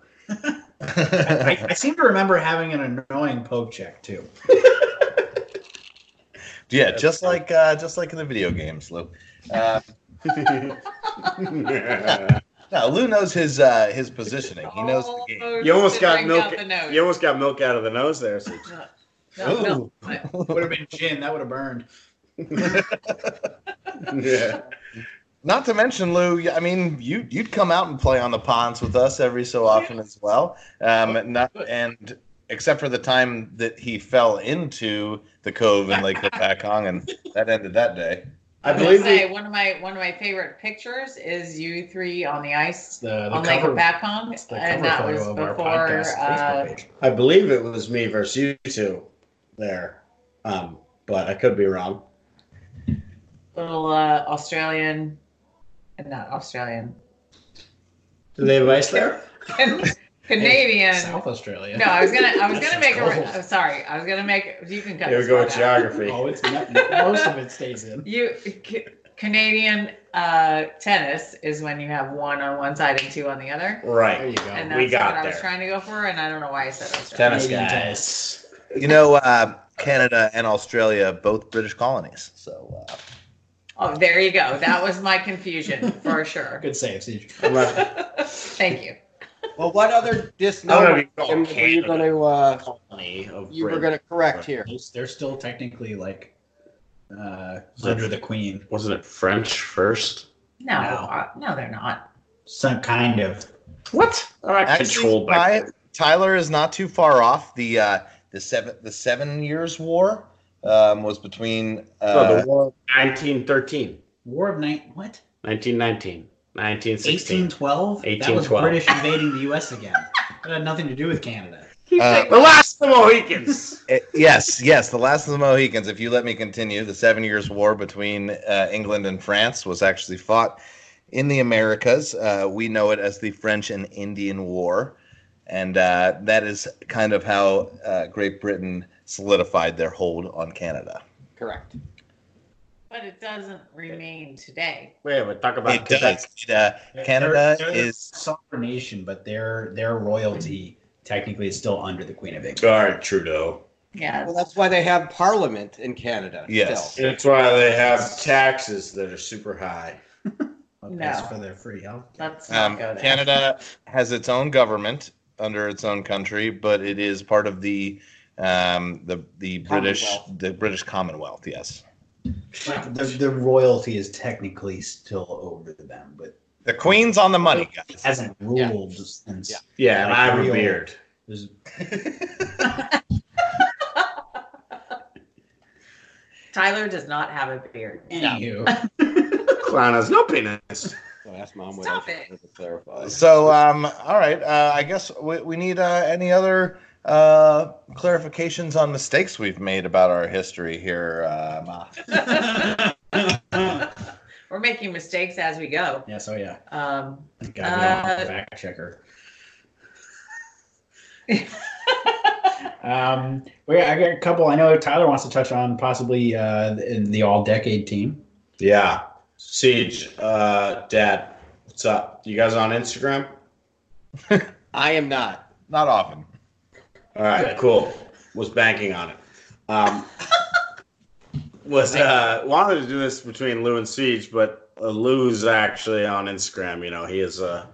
[SPEAKER 2] I, I seem to remember having an annoying poke check too.
[SPEAKER 1] yeah, just like uh, just like in the video games, Lou. Uh,
[SPEAKER 4] you
[SPEAKER 1] no, Lou knows his uh, his positioning. He knows the
[SPEAKER 3] All
[SPEAKER 1] game.
[SPEAKER 3] those
[SPEAKER 4] almost got
[SPEAKER 3] siblings
[SPEAKER 4] milk.
[SPEAKER 3] Oh, the nose.
[SPEAKER 4] You almost got milk out of the nose there. So.
[SPEAKER 3] No, no, I-
[SPEAKER 2] Would have been gin. That would have burned.
[SPEAKER 4] yeah.
[SPEAKER 1] Not to mention, Lou. I mean, you you'd come out and play on the ponds with us every so often as well. Um, not and except for the time that he fell into the cove in Lake Hong, and that ended that day.
[SPEAKER 4] I
[SPEAKER 3] I will
[SPEAKER 4] believe
[SPEAKER 3] say
[SPEAKER 4] we,
[SPEAKER 3] one of my one of my favorite pictures is you three on the
[SPEAKER 2] It's
[SPEAKER 3] ice
[SPEAKER 2] The, the
[SPEAKER 3] on Lake
[SPEAKER 2] cover,
[SPEAKER 3] Hong,
[SPEAKER 2] it's the cover
[SPEAKER 3] and that
[SPEAKER 2] photo
[SPEAKER 3] was
[SPEAKER 2] of our
[SPEAKER 3] before.
[SPEAKER 2] podcast
[SPEAKER 3] Uh,
[SPEAKER 2] Facebook page.
[SPEAKER 4] I believe it was me versus you two there, um, but I could be wrong.
[SPEAKER 3] little uh, Australian, not Australian,
[SPEAKER 4] Do they have ice there?
[SPEAKER 3] Canadian.
[SPEAKER 2] South Australia.
[SPEAKER 3] No, I was gonna, I was gonna make a.
[SPEAKER 2] Cold.
[SPEAKER 3] am sorry, I was gonna make. You can cut.
[SPEAKER 4] Here we
[SPEAKER 3] this
[SPEAKER 4] go
[SPEAKER 3] part
[SPEAKER 4] with
[SPEAKER 3] out.
[SPEAKER 4] geography.
[SPEAKER 2] Oh, it's not, most of it stays in.
[SPEAKER 3] You C- Canadian uh, tennis is when you have one on one side and two on the other,
[SPEAKER 2] There
[SPEAKER 4] Right.
[SPEAKER 2] you go.
[SPEAKER 3] and
[SPEAKER 4] We
[SPEAKER 3] that's
[SPEAKER 4] got
[SPEAKER 3] what I was
[SPEAKER 4] there.
[SPEAKER 3] trying to go for, and I don't know why I said Australia.
[SPEAKER 4] Tennis
[SPEAKER 2] Canadian
[SPEAKER 4] guy.
[SPEAKER 2] tennis.
[SPEAKER 1] You know, uh, Canada and Australia, both British colonies. So uh,
[SPEAKER 3] Oh, there you go. That was my confusion for sure.
[SPEAKER 2] Good save, Siege.
[SPEAKER 4] I'm not-
[SPEAKER 3] Thank you.
[SPEAKER 5] Well, what other
[SPEAKER 4] I
[SPEAKER 5] disnomer
[SPEAKER 4] don't know if you
[SPEAKER 5] Jim,
[SPEAKER 4] call
[SPEAKER 5] were you
[SPEAKER 4] Canada.
[SPEAKER 5] going to uh,
[SPEAKER 4] colony of
[SPEAKER 5] you were
[SPEAKER 4] Britain.
[SPEAKER 5] going to correct here?
[SPEAKER 2] They're still technically like uh, under the queen.
[SPEAKER 4] Wasn't it French first?
[SPEAKER 3] No,
[SPEAKER 2] No.
[SPEAKER 3] uh, no, they're not.
[SPEAKER 2] Some kind of.
[SPEAKER 4] What? I'm not
[SPEAKER 1] actually,
[SPEAKER 4] controlled by.
[SPEAKER 1] Ty- Tyler is not too far off. The uh, the seven the Seven Years' War um, was between
[SPEAKER 4] No,
[SPEAKER 1] uh,
[SPEAKER 5] Oh,
[SPEAKER 4] the war of 1913,
[SPEAKER 2] War of Night. What?
[SPEAKER 4] 1919, 1916.
[SPEAKER 2] 1812? That was
[SPEAKER 4] 1812.
[SPEAKER 2] British invading the U.S. again. That had nothing to do with Canada.
[SPEAKER 3] Keep
[SPEAKER 1] Uh,
[SPEAKER 3] saying-
[SPEAKER 4] The last of the Mohicans.
[SPEAKER 1] Uh, yes, yes. The Last of the Mohicans, if you let me continue, the Seven Years' War between uh, England and France was actually fought in the Americas. Uh, we know it as the French and Indian War. And uh, that is kind of how uh, Great Britain solidified their hold on Canada.
[SPEAKER 5] Correct.
[SPEAKER 3] but it doesn't remain today.
[SPEAKER 4] Wait, we talk about
[SPEAKER 1] It does. It, uh, Canada
[SPEAKER 2] They're- they're the
[SPEAKER 1] is.
[SPEAKER 2] sovereign nation, but their their royalty technically is still under the Queen of England.
[SPEAKER 4] All right, Trudeau.
[SPEAKER 3] Yeah.
[SPEAKER 5] Well, that's why they have parliament in Canada.
[SPEAKER 1] Yes.
[SPEAKER 5] still.
[SPEAKER 4] That's why they have taxes that are super high.
[SPEAKER 2] But
[SPEAKER 3] No.
[SPEAKER 2] That's for their free health.
[SPEAKER 3] Let's
[SPEAKER 1] Um,
[SPEAKER 3] not go there.
[SPEAKER 1] Canada has its own government under its own country, but it is part of the um, the the British
[SPEAKER 5] Commonwealth.
[SPEAKER 1] the British Commonwealth. Yes.
[SPEAKER 2] Like, the, the royalty is technically still over them, but
[SPEAKER 1] The Queen's on the money, guys.
[SPEAKER 2] hasn't ruled since.
[SPEAKER 5] Yeah.
[SPEAKER 4] Yeah,
[SPEAKER 2] and I have a beard. there's-
[SPEAKER 3] Tyler does not have a beard.
[SPEAKER 2] Anywho,
[SPEAKER 4] Clown has no penis.
[SPEAKER 5] So ask mom what
[SPEAKER 3] Stop
[SPEAKER 5] I should do to clarify.
[SPEAKER 1] So, um, all right. Uh, I guess we, we need uh, any other uh, clarifications on mistakes we've made about our history here. Uh, Ma?
[SPEAKER 3] We're making mistakes as we go.
[SPEAKER 2] yeah, so oh, yeah,
[SPEAKER 3] Um,
[SPEAKER 2] gotta be on
[SPEAKER 3] Uh,
[SPEAKER 2] the fact checker. um, we I got a couple. I know Tyler wants to touch on possibly uh, in the all decade team.
[SPEAKER 4] Yeah. Siege, uh, Dad, what's up? You guys on Instagram?
[SPEAKER 5] I am not.
[SPEAKER 1] Not often.
[SPEAKER 4] All right, cool. Was banking on it. Um, was uh, wanted to do this between Lou and Siege, but uh, Lou's actually on Instagram. You know, he is uh,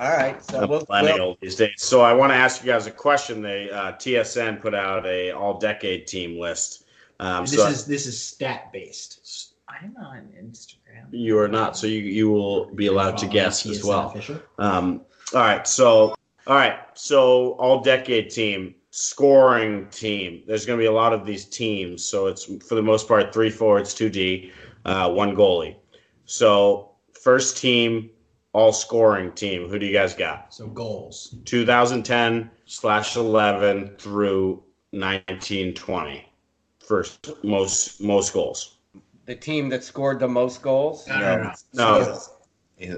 [SPEAKER 5] All right. So
[SPEAKER 4] a
[SPEAKER 5] we'll,
[SPEAKER 4] millennial these days. So I want to ask you guys a question. They uh, TSN put out a all decade team list. Um,
[SPEAKER 2] this
[SPEAKER 4] so
[SPEAKER 2] is this is stat based.
[SPEAKER 3] I'm on Instagram.
[SPEAKER 4] you are not, so you you will be allowed to
[SPEAKER 2] Follow
[SPEAKER 4] guess as
[SPEAKER 2] TSN
[SPEAKER 4] well.
[SPEAKER 2] official.
[SPEAKER 4] Um, all right, so all right, so all decade team, scoring team. There's going to be a lot of these teams, so it's for the most part three forwards, two D, uh, one goalie. So first team, all scoring team. Who do you guys got?
[SPEAKER 2] So goals.
[SPEAKER 4] 2010 slash 11 through 1920. First most most goals.
[SPEAKER 5] the team that scored the most goals.
[SPEAKER 2] Uh,
[SPEAKER 1] No.
[SPEAKER 4] No,
[SPEAKER 1] He,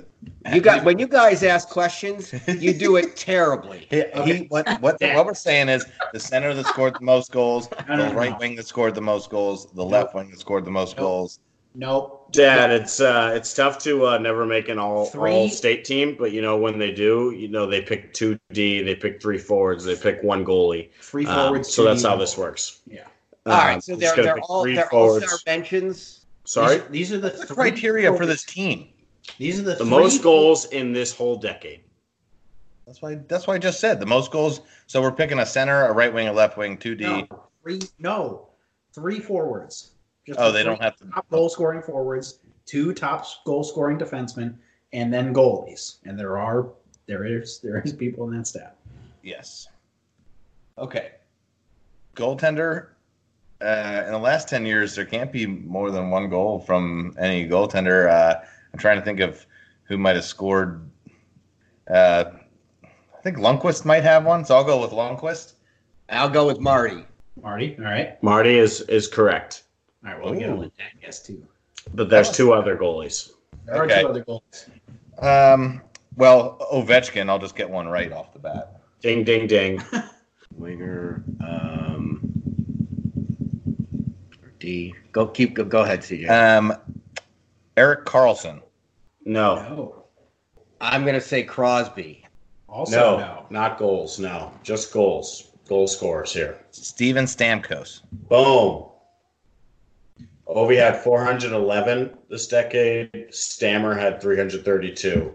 [SPEAKER 5] You got when you guys ask questions, you do it terribly.
[SPEAKER 1] he, what, what, what we're saying is the center that scored the most goals,
[SPEAKER 2] No, no,
[SPEAKER 1] the
[SPEAKER 2] no,
[SPEAKER 1] right
[SPEAKER 2] no.
[SPEAKER 1] wing that scored the most goals, the left wing that scored the most
[SPEAKER 2] Nope.
[SPEAKER 1] goals.
[SPEAKER 2] Nope.
[SPEAKER 4] Dad, it's uh, it's tough to uh, never make an all
[SPEAKER 2] Three.
[SPEAKER 4] all state team, but you know when they do, you know they pick two D, they pick three forwards, they pick one goalie.
[SPEAKER 2] Free
[SPEAKER 4] Um,
[SPEAKER 2] forwards.
[SPEAKER 4] so
[SPEAKER 2] two
[SPEAKER 4] that's
[SPEAKER 2] D
[SPEAKER 4] how
[SPEAKER 2] goals.
[SPEAKER 4] this works.
[SPEAKER 2] Yeah.
[SPEAKER 5] All right. So
[SPEAKER 4] Um,
[SPEAKER 5] they're
[SPEAKER 4] it's gonna
[SPEAKER 5] they're
[SPEAKER 4] pick
[SPEAKER 5] all
[SPEAKER 4] three
[SPEAKER 5] they're all
[SPEAKER 4] forwards.
[SPEAKER 5] star mentions.
[SPEAKER 4] Sorry,
[SPEAKER 2] These, these are the
[SPEAKER 1] What's the
[SPEAKER 2] three
[SPEAKER 1] criteria for
[SPEAKER 2] forwards-
[SPEAKER 1] this team?
[SPEAKER 2] These are the,
[SPEAKER 4] the
[SPEAKER 2] three
[SPEAKER 4] most goals in this whole decade.
[SPEAKER 1] That's why. That's why I just said the most goals. So we're picking a center, a right wing, a left wing, two D. Oh,
[SPEAKER 2] No, three, no, three forwards. Just
[SPEAKER 1] oh,
[SPEAKER 2] the
[SPEAKER 1] they
[SPEAKER 2] three
[SPEAKER 1] don't have to.
[SPEAKER 2] top goal scoring forwards, two top goal scoring defensemen, and then goalies. And there are there is there is people in that staff.
[SPEAKER 1] Yes,
[SPEAKER 5] Okay.
[SPEAKER 1] goaltender. Uh, in the last ten years, there can't be more than one goal from any goaltender. Uh, I'm trying to think of who might have scored. Uh, I think Lundqvist might have one, so I'll go with Lundqvist.
[SPEAKER 5] I'll go with Marty.
[SPEAKER 2] Marty, all right,
[SPEAKER 4] Marty is is correct,
[SPEAKER 2] all right. Well, we get
[SPEAKER 1] Ooh.
[SPEAKER 2] on that guess too.
[SPEAKER 4] but there's two other goalies.
[SPEAKER 2] There
[SPEAKER 1] Okay.
[SPEAKER 2] are two other goals.
[SPEAKER 1] Um, well, Ovechkin. I'll just get one right off the bat.
[SPEAKER 4] Ding ding ding. Winger. Um,
[SPEAKER 5] D. Go keep go, go ahead, CJ.
[SPEAKER 1] Um, Eric Carlson.
[SPEAKER 4] no,
[SPEAKER 2] No,
[SPEAKER 5] I'm gonna say Crosby.
[SPEAKER 2] also
[SPEAKER 4] no,
[SPEAKER 2] no.
[SPEAKER 4] not goals. No, just goals. Goal scorers here.
[SPEAKER 1] Steven Stamkos.
[SPEAKER 4] Boom. Ovi had 411 this decade. Stammer had 332.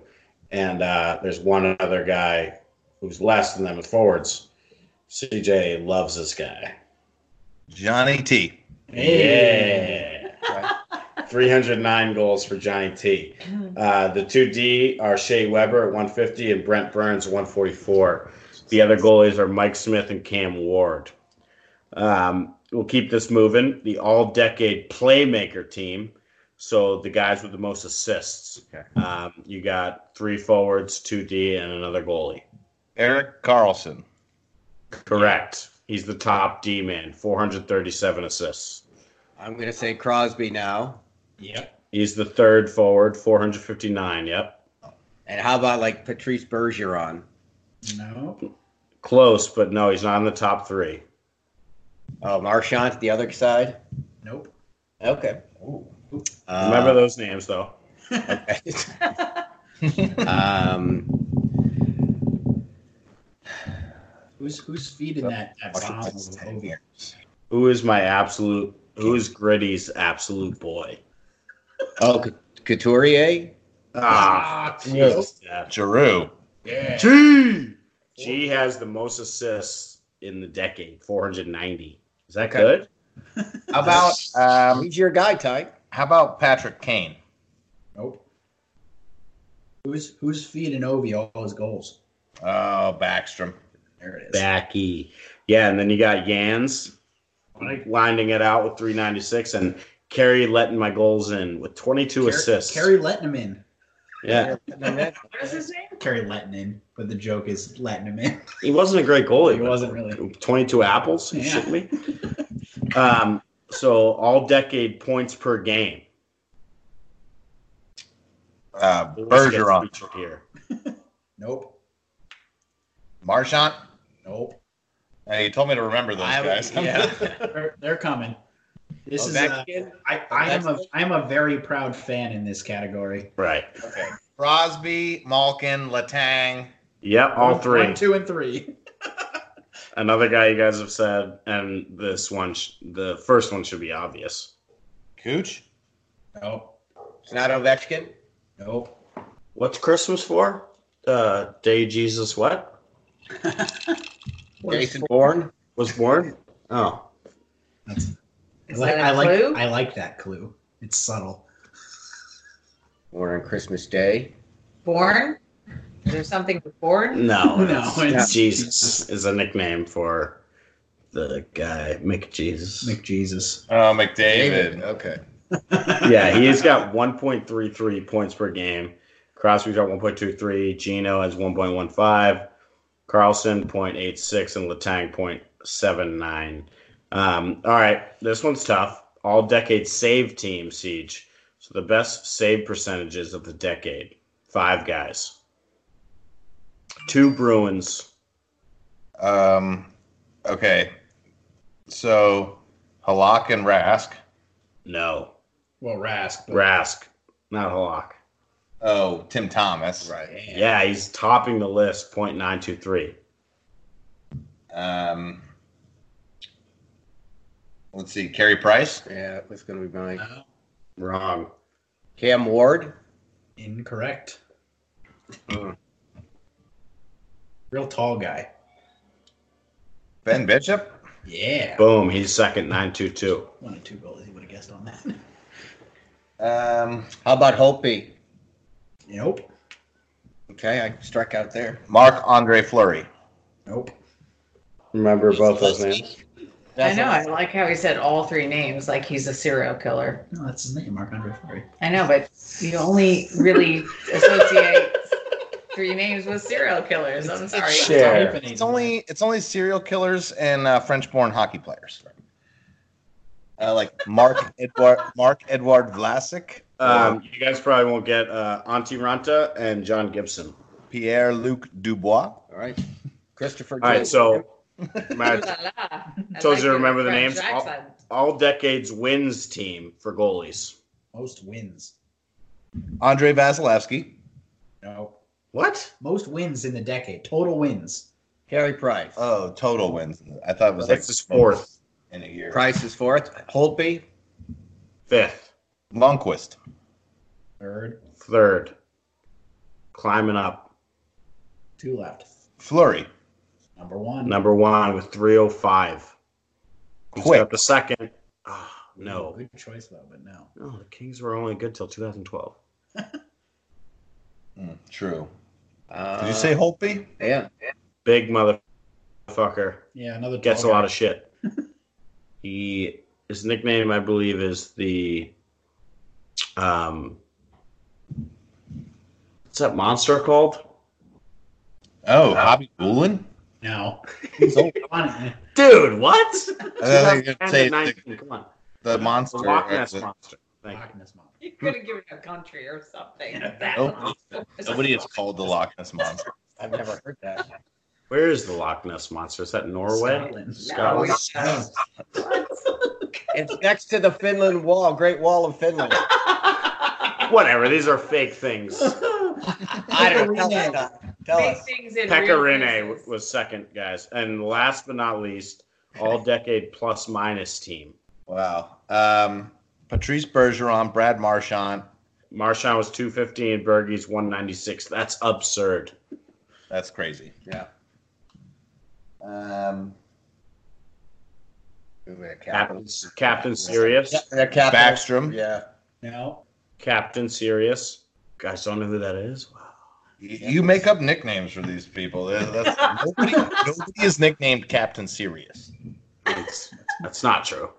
[SPEAKER 4] And uh, there's one other guy who's less than them at forwards. CJ loves this guy.
[SPEAKER 1] Johnny T.
[SPEAKER 2] Hey.
[SPEAKER 4] Yeah. 309 goals for Johnny T. Uh, the 2D are Shea Weber at 150 and Brent Burns at 144. The other goalies are Mike Smith and Cam Ward. Um, we'll keep this moving. The all decade playmaker team. So the guys with the most assists.
[SPEAKER 1] Okay.
[SPEAKER 4] Um, you got three forwards, 2D, and another goalie.
[SPEAKER 1] Eric Carlson.
[SPEAKER 4] Correct. He's the top D man, 437 assists.
[SPEAKER 5] I'm gonna say Crosby now.
[SPEAKER 2] Yep.
[SPEAKER 4] He's the third forward, 459. Yep.
[SPEAKER 5] And how about like Patrice Bergeron?
[SPEAKER 2] No.
[SPEAKER 4] Close, but no, he's not in the top three.
[SPEAKER 5] Oh, Marchant, the other side.
[SPEAKER 2] Nope.
[SPEAKER 5] Okay. Uh,
[SPEAKER 4] Remember those names, though.
[SPEAKER 5] Um,
[SPEAKER 2] Who's who's feeding that that bomb? over Ovi?
[SPEAKER 4] Who is my absolute? Who is Gritty's absolute boy?
[SPEAKER 5] oh, Cout- Couturier.
[SPEAKER 2] uh,
[SPEAKER 4] Ah,
[SPEAKER 2] close.
[SPEAKER 4] yeah.
[SPEAKER 1] Giroux.
[SPEAKER 2] Yeah.
[SPEAKER 4] G. G has the most assists in the decade, 490. Is that
[SPEAKER 5] Okay.
[SPEAKER 4] good?
[SPEAKER 1] How about um,
[SPEAKER 5] He's your guy, Ty.
[SPEAKER 1] how about Patrick Kane?
[SPEAKER 2] Nope. Who's who's feeding Ovi all his goals?
[SPEAKER 1] Oh, Backstrom.
[SPEAKER 2] There it is.
[SPEAKER 4] Backy. Yeah, and then you got Yans
[SPEAKER 2] Like,
[SPEAKER 4] winding it out with 396, and Kerry letting my goals in with 22
[SPEAKER 2] Ker-
[SPEAKER 4] assists.
[SPEAKER 2] Kerry letting him in.
[SPEAKER 4] Yeah,
[SPEAKER 3] What is his name?
[SPEAKER 2] Kerry letting in, but the joke is letting him in.
[SPEAKER 4] he wasn't a great goalie.
[SPEAKER 2] He
[SPEAKER 4] but-
[SPEAKER 2] wasn't really.
[SPEAKER 4] 22 apples. You
[SPEAKER 2] Yeah.
[SPEAKER 4] shitting me? um, so all decade points per game.
[SPEAKER 1] Uh,
[SPEAKER 4] This gets
[SPEAKER 1] Bergeron.
[SPEAKER 4] featured here.
[SPEAKER 2] Nope.
[SPEAKER 1] Marchant.
[SPEAKER 2] Nope.
[SPEAKER 1] Hey, you told me to remember those
[SPEAKER 5] I would-
[SPEAKER 1] guys.
[SPEAKER 5] yeah.
[SPEAKER 2] They're, they're coming. This is. Uh,
[SPEAKER 5] Ovechkin.
[SPEAKER 2] I, I am a
[SPEAKER 5] Ovechkin?
[SPEAKER 2] I am a very proud fan in this category.
[SPEAKER 4] Right.
[SPEAKER 1] okay. Crosby, Malkin, Latang.
[SPEAKER 4] Yep. All
[SPEAKER 2] One,
[SPEAKER 4] three.
[SPEAKER 2] one, two, and three.
[SPEAKER 4] another guy you guys have said, and this one, sh- the first one should be obvious.
[SPEAKER 1] Cooch?
[SPEAKER 2] Nope.
[SPEAKER 5] It's not Ovechkin.
[SPEAKER 2] Nope.
[SPEAKER 4] What's Christmas for? Uh, day Jesus what
[SPEAKER 5] Jason Bourne.
[SPEAKER 4] was born? Oh,
[SPEAKER 3] Is
[SPEAKER 2] I like,
[SPEAKER 3] that a
[SPEAKER 2] I like
[SPEAKER 3] clue?
[SPEAKER 2] I like that clue. It's subtle.
[SPEAKER 5] Born on Christmas Day.
[SPEAKER 3] born? Is there something with born?
[SPEAKER 4] no,
[SPEAKER 6] No,
[SPEAKER 4] it's,
[SPEAKER 6] it's-
[SPEAKER 4] Jesus is a nickname for the guy Mick Jesus.
[SPEAKER 2] McJesus.
[SPEAKER 1] Oh, McDavid.
[SPEAKER 5] Okay.
[SPEAKER 4] yeah, he's got 1.33 points per game. Crosby's got 1.23. Gino has 1.15. Carlson 0.86 and Latang 0.79. Um, all right, this one's tough. All decade save team siege. So the best save percentages of the decade. Five guys. Two Bruins.
[SPEAKER 1] Um, okay. So, Halak and Rask.
[SPEAKER 4] No.
[SPEAKER 2] Well, Rask. but-
[SPEAKER 4] Rask. Not Halak.
[SPEAKER 1] Oh, Tim Thomas.
[SPEAKER 2] Right.
[SPEAKER 4] Yeah, he's topping the list. 0.923.
[SPEAKER 1] Um, let's see. Carey Price.
[SPEAKER 5] Yeah, it was going to be mine.
[SPEAKER 2] No,
[SPEAKER 4] Wrong.
[SPEAKER 5] Cam Ward.
[SPEAKER 2] incorrect.
[SPEAKER 5] Mm.
[SPEAKER 2] Real tall guy.
[SPEAKER 1] Ben Bishop.
[SPEAKER 2] Yeah.
[SPEAKER 4] Boom, he's second, 922.
[SPEAKER 2] One or two goals he would have guessed on that.
[SPEAKER 1] Um,
[SPEAKER 5] How about Holtby?
[SPEAKER 2] nope.
[SPEAKER 5] Okay, I struck out there.
[SPEAKER 1] Mark Andre Fleury.
[SPEAKER 2] Nope.
[SPEAKER 4] Remember both those names?
[SPEAKER 3] I know. I like how he said all three names, like he's a serial killer.
[SPEAKER 2] No, that's his name, Mark Andre Fleury.
[SPEAKER 3] I know, but you only really associate three names with serial killers. I'm sorry.
[SPEAKER 4] Share.
[SPEAKER 1] It's only it's only serial killers and uh, French-born hockey players. Uh, like Mark Edward Mark Edward Vlasic,
[SPEAKER 4] Um, you guys probably won't get uh, Auntie Ranta and John Gibson.
[SPEAKER 1] Pierre Luc Dubois.
[SPEAKER 5] All right. Christopher.
[SPEAKER 4] All right,
[SPEAKER 5] Jones.
[SPEAKER 4] so
[SPEAKER 3] Ooh
[SPEAKER 4] my
[SPEAKER 3] la la. I like
[SPEAKER 4] Told you to
[SPEAKER 3] your
[SPEAKER 4] remember the
[SPEAKER 3] French
[SPEAKER 4] names. I'll-
[SPEAKER 3] accent.
[SPEAKER 4] all decades wins team for goalies.
[SPEAKER 2] most wins.
[SPEAKER 1] Andre Vasilevsky.
[SPEAKER 2] Nope.
[SPEAKER 4] What?
[SPEAKER 2] Most wins in the decade. Total wins.
[SPEAKER 5] Carey Price.
[SPEAKER 1] Oh, total wins. I thought it was
[SPEAKER 4] That's
[SPEAKER 1] like
[SPEAKER 4] his fourth,
[SPEAKER 1] in a year.
[SPEAKER 5] Price is fourth. Holtby.
[SPEAKER 4] fifth,
[SPEAKER 1] Longquist.
[SPEAKER 2] Third.
[SPEAKER 4] third, climbing up.
[SPEAKER 2] Two left.
[SPEAKER 1] Flurry.
[SPEAKER 2] Number one.
[SPEAKER 4] Number one with 305. He's
[SPEAKER 1] Quick.
[SPEAKER 4] got the second. Ah, no.
[SPEAKER 2] Good choice though, but no.
[SPEAKER 4] No, the Kings were only good till 2012.
[SPEAKER 1] Mm, true.
[SPEAKER 5] Uh,
[SPEAKER 1] Did you say Holtby?
[SPEAKER 5] Yeah.
[SPEAKER 4] Big motherfucker.
[SPEAKER 2] Yeah, another
[SPEAKER 4] gets a lot of shit. he his nickname, I believe, is the um. What's that monster called?
[SPEAKER 1] Oh, Hobby Doolin?
[SPEAKER 2] no.
[SPEAKER 1] old.
[SPEAKER 4] Dude, what?
[SPEAKER 1] I thought you were gonna say
[SPEAKER 4] 2019, Come on,
[SPEAKER 1] The monster.
[SPEAKER 4] The Loch Ness
[SPEAKER 1] or the-
[SPEAKER 4] monster. Thank you.
[SPEAKER 3] You could have given a country or something.
[SPEAKER 2] Oh.
[SPEAKER 1] Nope. Nobody has called the Loch Ness monster.
[SPEAKER 5] I've never heard that.
[SPEAKER 4] Where is the Loch Ness monster? Is that Norway?
[SPEAKER 3] No,
[SPEAKER 4] Scotland.
[SPEAKER 3] yeah.
[SPEAKER 5] It's next to the Finland Wall, Great Wall of Finland.
[SPEAKER 4] Whatever. These are fake things.
[SPEAKER 5] I don't know. Tell us. Tell
[SPEAKER 3] Big
[SPEAKER 5] us.
[SPEAKER 3] things in real
[SPEAKER 4] Pecorine
[SPEAKER 3] places.
[SPEAKER 4] was second, guys, and last but not least, all decade plus minus team.
[SPEAKER 1] Wow. Um, Patrice Bergeron, Brad Marchand.
[SPEAKER 4] Marshawn was 250 and Bergie's 196. That's absurd.
[SPEAKER 1] That's crazy.
[SPEAKER 5] Yeah.
[SPEAKER 1] Um,
[SPEAKER 4] Captain, Captain Serious.
[SPEAKER 5] Yeah, Captain.
[SPEAKER 1] Backstrom.
[SPEAKER 5] Yeah.
[SPEAKER 2] No.
[SPEAKER 4] Captain Serious. Guys, don't know who that is? Wow.
[SPEAKER 1] You you make up nicknames for these people. That- that's- nobody, nobody is nicknamed Captain Serious.
[SPEAKER 4] It's, that's not true.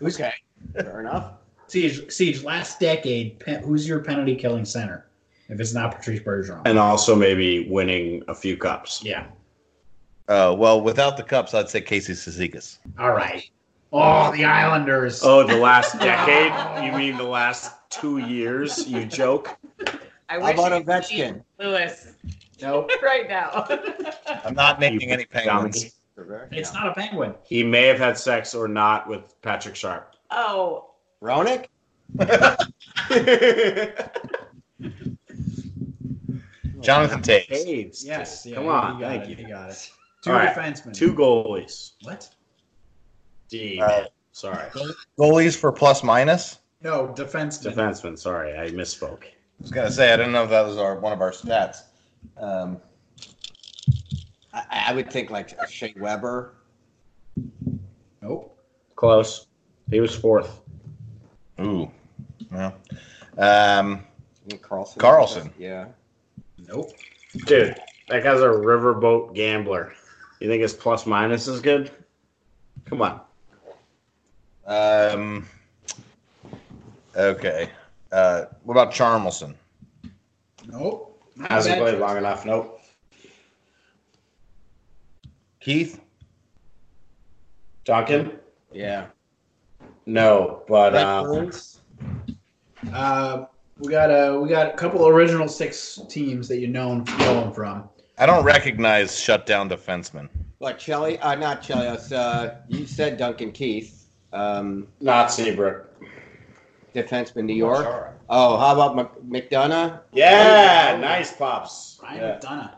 [SPEAKER 2] Who's guy?
[SPEAKER 5] Fair enough.
[SPEAKER 2] Siege Siege last decade, pe- who's your penalty killing center? If it's not Patrice Bergeron.
[SPEAKER 4] And also maybe winning a few cups.
[SPEAKER 2] yeah.
[SPEAKER 1] Uh, well, without the cups, I'd say Casey Sezikis.
[SPEAKER 2] All right. Oh, the Islanders.
[SPEAKER 4] Oh, the last decade? You mean the last two years? You joke?
[SPEAKER 3] I
[SPEAKER 5] How
[SPEAKER 3] wish
[SPEAKER 5] about
[SPEAKER 3] you could see
[SPEAKER 5] Ovechkin?
[SPEAKER 3] Lewis,
[SPEAKER 2] Nope.
[SPEAKER 3] right now.
[SPEAKER 1] I'm not naming any penguins.
[SPEAKER 4] Dummy.
[SPEAKER 2] It's not a penguin.
[SPEAKER 4] He may have had sex or not with Patrick Sharp.
[SPEAKER 3] oh,
[SPEAKER 5] Ronick.
[SPEAKER 1] Jonathan Taves.
[SPEAKER 4] Caves.
[SPEAKER 2] Yes. yeah,
[SPEAKER 4] Come
[SPEAKER 2] you
[SPEAKER 4] on.
[SPEAKER 2] got
[SPEAKER 4] Thank
[SPEAKER 2] it,
[SPEAKER 4] you.
[SPEAKER 2] You got it. Two
[SPEAKER 4] All right.
[SPEAKER 2] defensemen.
[SPEAKER 4] Two goalies.
[SPEAKER 2] What?
[SPEAKER 4] D.
[SPEAKER 1] Uh,
[SPEAKER 4] sorry.
[SPEAKER 1] Goalies for plus minus.
[SPEAKER 2] No, defensemen.
[SPEAKER 4] Defenseman. Sorry, I misspoke.
[SPEAKER 1] I was gonna say I didn't know if that was our one of our stats. Um,
[SPEAKER 5] I, I would think like Shea Weber.
[SPEAKER 2] Nope.
[SPEAKER 4] Close. He was fourth.
[SPEAKER 1] ooh, well, um,
[SPEAKER 5] and Carlson.
[SPEAKER 1] Carlson.
[SPEAKER 5] Yeah.
[SPEAKER 2] Nope.
[SPEAKER 4] Dude, that guy's a riverboat gambler. You think his plus minus is good? Come on.
[SPEAKER 1] um, okay. Uh, what about Charmelson?
[SPEAKER 2] Nope.
[SPEAKER 4] Hasn't
[SPEAKER 2] Bad
[SPEAKER 4] played
[SPEAKER 2] choice.
[SPEAKER 4] long enough. Nope.
[SPEAKER 1] Keith?
[SPEAKER 4] Duncan?
[SPEAKER 5] Yeah.
[SPEAKER 4] No, but uh,
[SPEAKER 5] Burns?
[SPEAKER 2] Uh, we got a we got a couple original six teams that you know know them from.
[SPEAKER 1] I don't recognize shutdown defenseman.
[SPEAKER 5] What Chelly? Uh, not Chelly. Uh, you said Duncan Keith, um,
[SPEAKER 4] not Seabrook.
[SPEAKER 5] defenseman, New York. Oh, how about Mc- McDonough?
[SPEAKER 4] Yeah, nice pops.
[SPEAKER 2] Ryan
[SPEAKER 4] Yeah.
[SPEAKER 2] McDonough.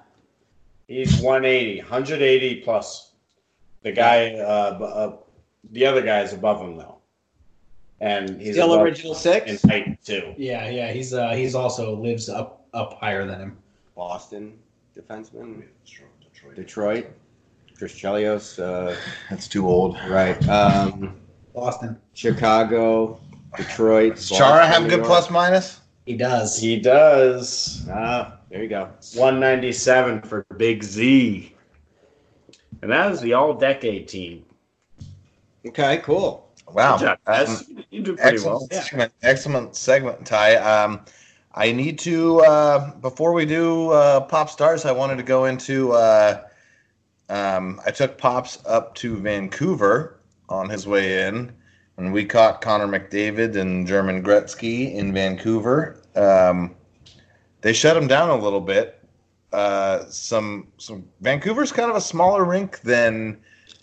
[SPEAKER 4] He's 180, 180 plus. The guy, uh, b- uh, the other guy is above him though, and he's
[SPEAKER 5] Still
[SPEAKER 4] above
[SPEAKER 5] original
[SPEAKER 4] in
[SPEAKER 5] six.
[SPEAKER 4] height too.
[SPEAKER 2] Yeah, yeah. He's uh he's also lives up up higher than him.
[SPEAKER 5] Boston defenseman. Detroit. Chris Chelios. Uh,
[SPEAKER 1] That's too old.
[SPEAKER 5] right. Um,
[SPEAKER 2] Boston.
[SPEAKER 5] Chicago. Detroit.
[SPEAKER 1] Does Chara have
[SPEAKER 5] Boston,
[SPEAKER 1] good
[SPEAKER 5] New
[SPEAKER 1] plus minus?
[SPEAKER 2] He does.
[SPEAKER 4] He does
[SPEAKER 5] York. Ah, there you go.
[SPEAKER 4] 197 for Big Z, and that is the all-decade team.
[SPEAKER 5] Okay, cool.
[SPEAKER 1] Wow.
[SPEAKER 4] Good job, Mm.
[SPEAKER 1] Um,
[SPEAKER 4] guys. you do pretty well.
[SPEAKER 1] excellent segment, excellent segment, Ty. Um, I need to uh, before we do uh, pop stars. I wanted to go into. Uh, um, I took pops up to Vancouver on his way in, and we caught Connor McDavid and German Gretzky in Vancouver. Um, they shut him down a little bit. Uh, some some Vancouver's kind of a smaller rink than.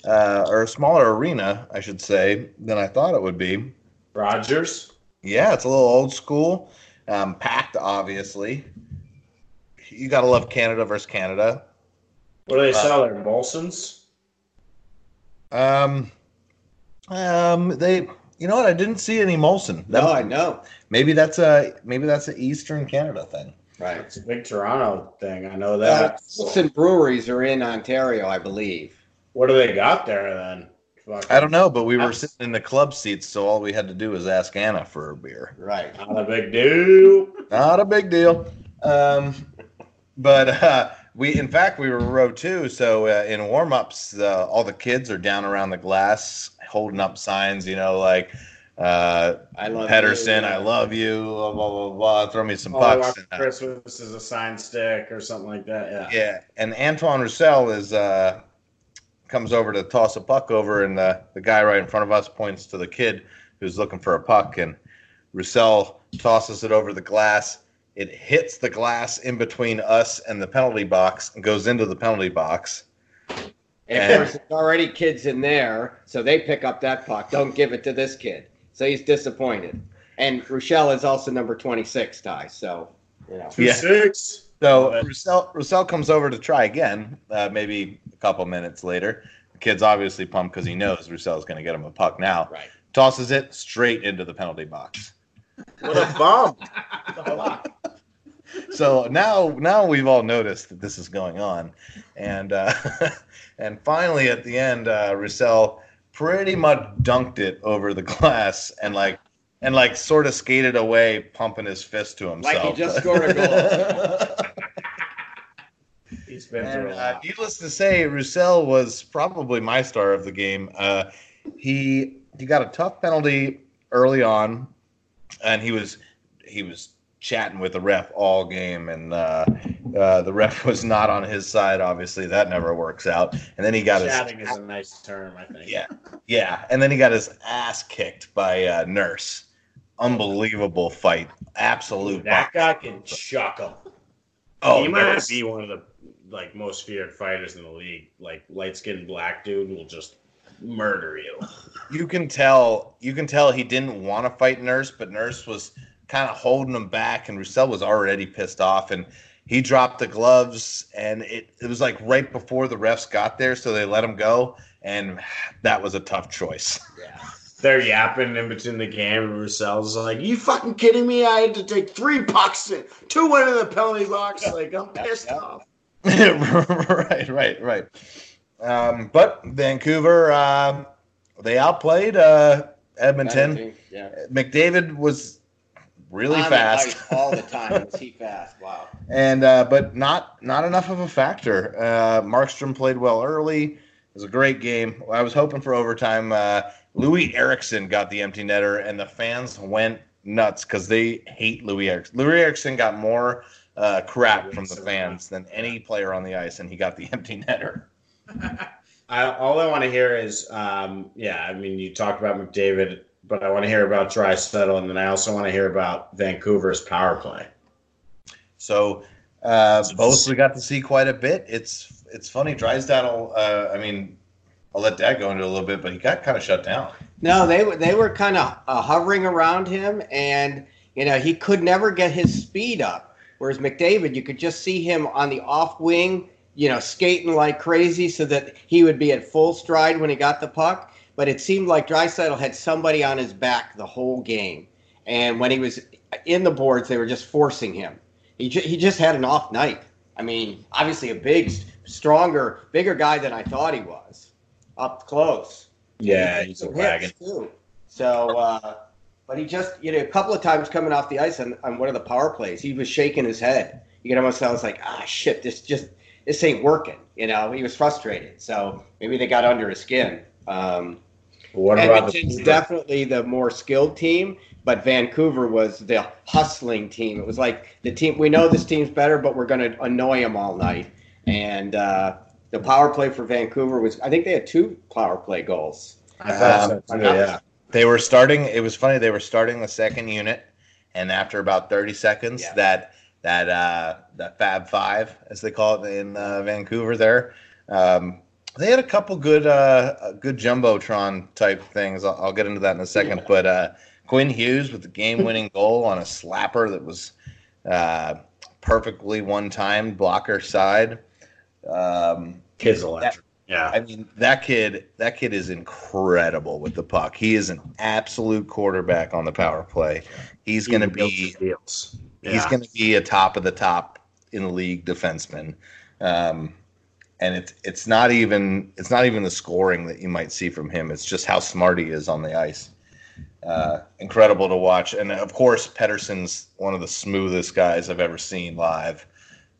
[SPEAKER 1] Uh, or a smaller arena, I should say, than I thought it would be.
[SPEAKER 4] Rogers.
[SPEAKER 1] Yeah, it's a little old school, um, packed, obviously. You got to love Canada versus Canada.
[SPEAKER 4] What do they
[SPEAKER 1] Uh,
[SPEAKER 4] sell there? Bolsons.
[SPEAKER 1] Um, um, they, you know what? I didn't see any Molson. That-
[SPEAKER 5] No, I know.
[SPEAKER 1] Maybe that's a maybe that's an Eastern Canada thing.
[SPEAKER 5] Right.
[SPEAKER 4] It's a big Toronto thing. I know
[SPEAKER 5] Uh,
[SPEAKER 4] that.
[SPEAKER 5] Wilson breweries are in Ontario, I believe.
[SPEAKER 4] What do they got there then? Fuck.
[SPEAKER 1] I don't know, but we were
[SPEAKER 4] That's-
[SPEAKER 1] sitting in the club seats, so all we had to do was ask Anna for a beer.
[SPEAKER 5] Right.
[SPEAKER 4] Not a big deal.
[SPEAKER 1] Not a big deal. Um, but uh, we, in fact, we were row two. So uh, in warm ups, uh, all the kids are down around the glass holding up signs, you know, like uh,
[SPEAKER 5] I love
[SPEAKER 1] Pedersen,
[SPEAKER 5] you.
[SPEAKER 1] I love you, blah, blah, blah, blah. Throw me some uh,
[SPEAKER 4] All I
[SPEAKER 1] bucks.
[SPEAKER 4] want for Christmas is a sign stick or something like that. Yeah.
[SPEAKER 1] yeah. And Antoine Roussel is, uh, comes over to toss a puck over, and the, the guy right in front of us points to the kid who's looking for a puck, and Roussel tosses it over the glass. It hits the glass in between us and the penalty box and goes into the penalty box.
[SPEAKER 5] And
[SPEAKER 1] Eh.
[SPEAKER 5] of course, there's already kids in there, so they pick up that puck. Don't give it to this kid. So he's disappointed. And Rochelle is also number 26, Ty. So, you know.
[SPEAKER 4] Two
[SPEAKER 1] Yeah.
[SPEAKER 4] six.
[SPEAKER 1] So
[SPEAKER 4] But-
[SPEAKER 1] Roussel, Roussel comes over to try again, uh, maybe a couple minutes later. The kid's obviously pumped because he knows Roussel's going to get him a puck now.
[SPEAKER 5] Right.
[SPEAKER 1] Tosses it straight into the penalty box.
[SPEAKER 4] What a bum.
[SPEAKER 1] So now, now we've all noticed that this is going on, and uh, and finally at the end, uh, Roussel pretty much dunked it over the glass and like and like sort of skated away, pumping his fist to himself.
[SPEAKER 5] Like he just scored a goal.
[SPEAKER 4] He's been
[SPEAKER 1] And,
[SPEAKER 4] through a
[SPEAKER 1] uh,
[SPEAKER 4] lot.
[SPEAKER 1] needless to say, Roussel was probably my star of the game. Uh, he he got a tough penalty early on, and he was he was chatting with the ref all game, and uh, uh, the ref was not on his side. Obviously, that never works out. And then he got
[SPEAKER 4] Chatting
[SPEAKER 1] his
[SPEAKER 4] is a nice term, I think.
[SPEAKER 1] yeah yeah, and then he got his ass kicked by uh, Nurse. Unbelievable fight, absolute. box.
[SPEAKER 4] That guy can chuck him.
[SPEAKER 1] Oh,
[SPEAKER 4] he might
[SPEAKER 1] Nurse.
[SPEAKER 4] be one of the like most feared fighters in the league. Like light skinned black dude will just murder you.
[SPEAKER 1] you can tell you can tell he didn't want to fight nurse but nurse was kind of holding him back and Roussel was already pissed off and He dropped the gloves, and it, it was like right before the refs got there, so they let him go, and that was a tough choice.
[SPEAKER 4] They're yapping in between the game, and Roussel's like, "You fucking kidding me? I had to take three pucks, and two went in the penalty box. Like I'm pissed off."
[SPEAKER 1] right, right, right. Um, but Vancouver, uh, they outplayed uh, Edmonton.
[SPEAKER 5] Yeah.
[SPEAKER 1] McDavid was really
[SPEAKER 5] On the
[SPEAKER 1] fast,
[SPEAKER 5] ice all the time. Was he fast? Wow.
[SPEAKER 1] and uh, but not not enough of a factor. Uh, Markstrom played well early. It was a great game. I was hoping for overtime. Uh, Louis Erickson got the empty netter, and the fans went nuts because they hate Louis Erickson. Louis Erickson got more uh, crap from the fans than any player on the ice, and he got the empty netter.
[SPEAKER 4] I, all I want to hear is, um, yeah, I mean, you talked about McDavid, but I want to hear about Dry Settle, and then I also want to hear about Vancouver's power play.
[SPEAKER 1] So uh, both we got to see quite a bit. It's it's funny. Drysdale. Uh, I mean, I'll let Dad go into a little bit, but he got kind of shut down.
[SPEAKER 5] No, they were they were kind of uh, hovering around him, and you know he could never get his speed up. Whereas McDavid, you could just see him on the off wing, you know, skating like crazy, so that he would be at full stride when he got the puck. But it seemed like Drysaitel had somebody on his back the whole game, and when he was in the boards, they were just forcing him. He ju- he just had an off night. I mean, obviously a big, s- stronger, bigger guy than I thought he was, up close.
[SPEAKER 4] Yeah,
[SPEAKER 5] He
[SPEAKER 4] he's a
[SPEAKER 5] took
[SPEAKER 4] wagon.
[SPEAKER 5] hits, Too. So, uh, but he just, you know, a couple of times coming off the ice on, on one of the power plays, he was shaking his head. You could almost tell it's like, ah, shit, this just, this ain't working. You know, he was frustrated. So maybe they got under his skin. Um,
[SPEAKER 4] But what about
[SPEAKER 5] Edmonton's
[SPEAKER 4] the
[SPEAKER 5] definitely the more skilled team, but Vancouver was the hustling team. It was like the team we know this team's better, but we're going to annoy them all night. And uh, the power play for Vancouver was, I think they had two power play goals.
[SPEAKER 4] I thought so,
[SPEAKER 5] Um,
[SPEAKER 4] too, yeah.
[SPEAKER 1] They were starting. It was funny. They were starting the second unit, and after about thirty seconds,
[SPEAKER 5] Yeah.
[SPEAKER 1] that that uh, that Fab Five, as they call it in uh, Vancouver, there. Um, they had a couple good uh, uh, good jumbotron type things. I'll, I'll get into that in a second. But uh, Quinn Hughes with the game winning goal on a slapper that was uh, perfectly one time blocker side. Um,
[SPEAKER 4] Kids electric. Yeah.
[SPEAKER 1] I mean, that kid, that kid is incredible with the puck. He is an absolute quarterback on the power play. He's going to be,
[SPEAKER 4] deals.
[SPEAKER 1] he's going to be a top of the top in the league defenseman. Um, and it's it's not even it's not even the scoring that you might see from him. It's just how smart he is on the ice. Uh, incredible to watch, and of course, Pedersen's one of the smoothest guys I've ever seen live.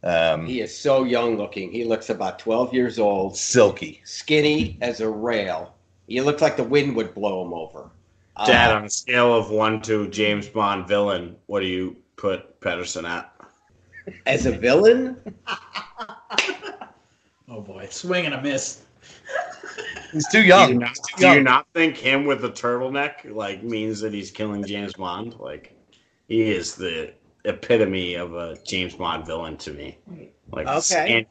[SPEAKER 1] Um,
[SPEAKER 5] He is so young looking. He looks about 12 years old,
[SPEAKER 1] silky.
[SPEAKER 5] skinny as a rail. He looked like the wind would blow him over. Uh,
[SPEAKER 4] Dad, on a scale of one to James Bond villain, what do you put Pedersen at?
[SPEAKER 5] as a villain?
[SPEAKER 2] Oh boy, swing and a miss.
[SPEAKER 1] He's too
[SPEAKER 4] Do you
[SPEAKER 1] young.
[SPEAKER 4] not,
[SPEAKER 1] He's too
[SPEAKER 4] do you
[SPEAKER 1] young.
[SPEAKER 4] not think him with the turtleneck like means that he's killing James Bond? Like he is the epitome of a James Bond villain to me. Like
[SPEAKER 5] Okay.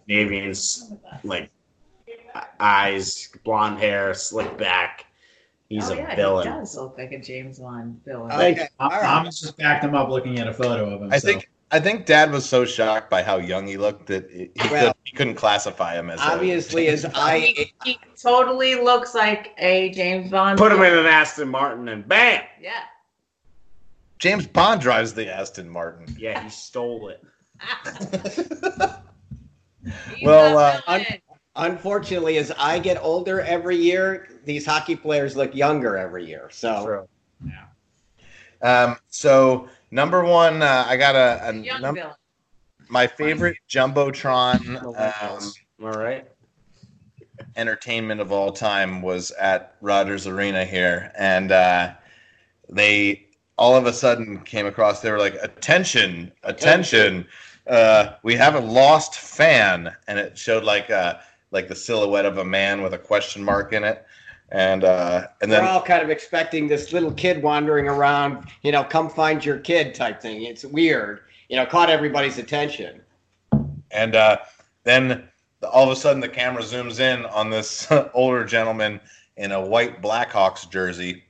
[SPEAKER 4] Scandinavians, like
[SPEAKER 3] Oh,
[SPEAKER 4] eyes, blonde hair, slick back. He's
[SPEAKER 3] oh,
[SPEAKER 4] a
[SPEAKER 3] yeah,
[SPEAKER 4] villain.
[SPEAKER 3] He does look like a James Bond villain.
[SPEAKER 5] Okay, all
[SPEAKER 2] Tom-
[SPEAKER 5] right.
[SPEAKER 2] Thomas just backed him up looking at a photo of him.
[SPEAKER 1] I
[SPEAKER 2] so.
[SPEAKER 1] think I think Dad was so shocked by how young he looked that it, he,
[SPEAKER 5] Well,
[SPEAKER 1] could, he couldn't classify him as a-
[SPEAKER 5] Obviously, as I
[SPEAKER 3] he, he totally looks like a James Bond.
[SPEAKER 4] Put him in
[SPEAKER 3] villain.
[SPEAKER 4] an Aston Martin and bam!
[SPEAKER 3] Yeah.
[SPEAKER 1] James Bond drives the Aston Martin.
[SPEAKER 4] Yeah, he stole it.
[SPEAKER 3] He's
[SPEAKER 1] Well,
[SPEAKER 3] a
[SPEAKER 1] uh,
[SPEAKER 3] villain.
[SPEAKER 5] unfortunately as I get older every year, these hockey players look younger every year. So
[SPEAKER 1] Um, so number one, uh, I got a, a
[SPEAKER 3] young
[SPEAKER 1] num-
[SPEAKER 3] villain.
[SPEAKER 1] my favorite jumbotron um,
[SPEAKER 4] All right.
[SPEAKER 1] entertainment of all time was at Rogers Arena here, and uh, they all of a sudden came across. They were like, "Attention, attention! Uh, we have a lost fan," and it showed like uh, like the silhouette of a man with a question mark in it, and uh, and
[SPEAKER 5] we're
[SPEAKER 1] then
[SPEAKER 5] all kind of expecting this little kid wandering around, you know, come find your kid type thing. It's weird. You know, caught everybody's attention.
[SPEAKER 1] And uh, then the, all of a sudden, the camera zooms in on this older gentleman in a white Blackhawks jersey.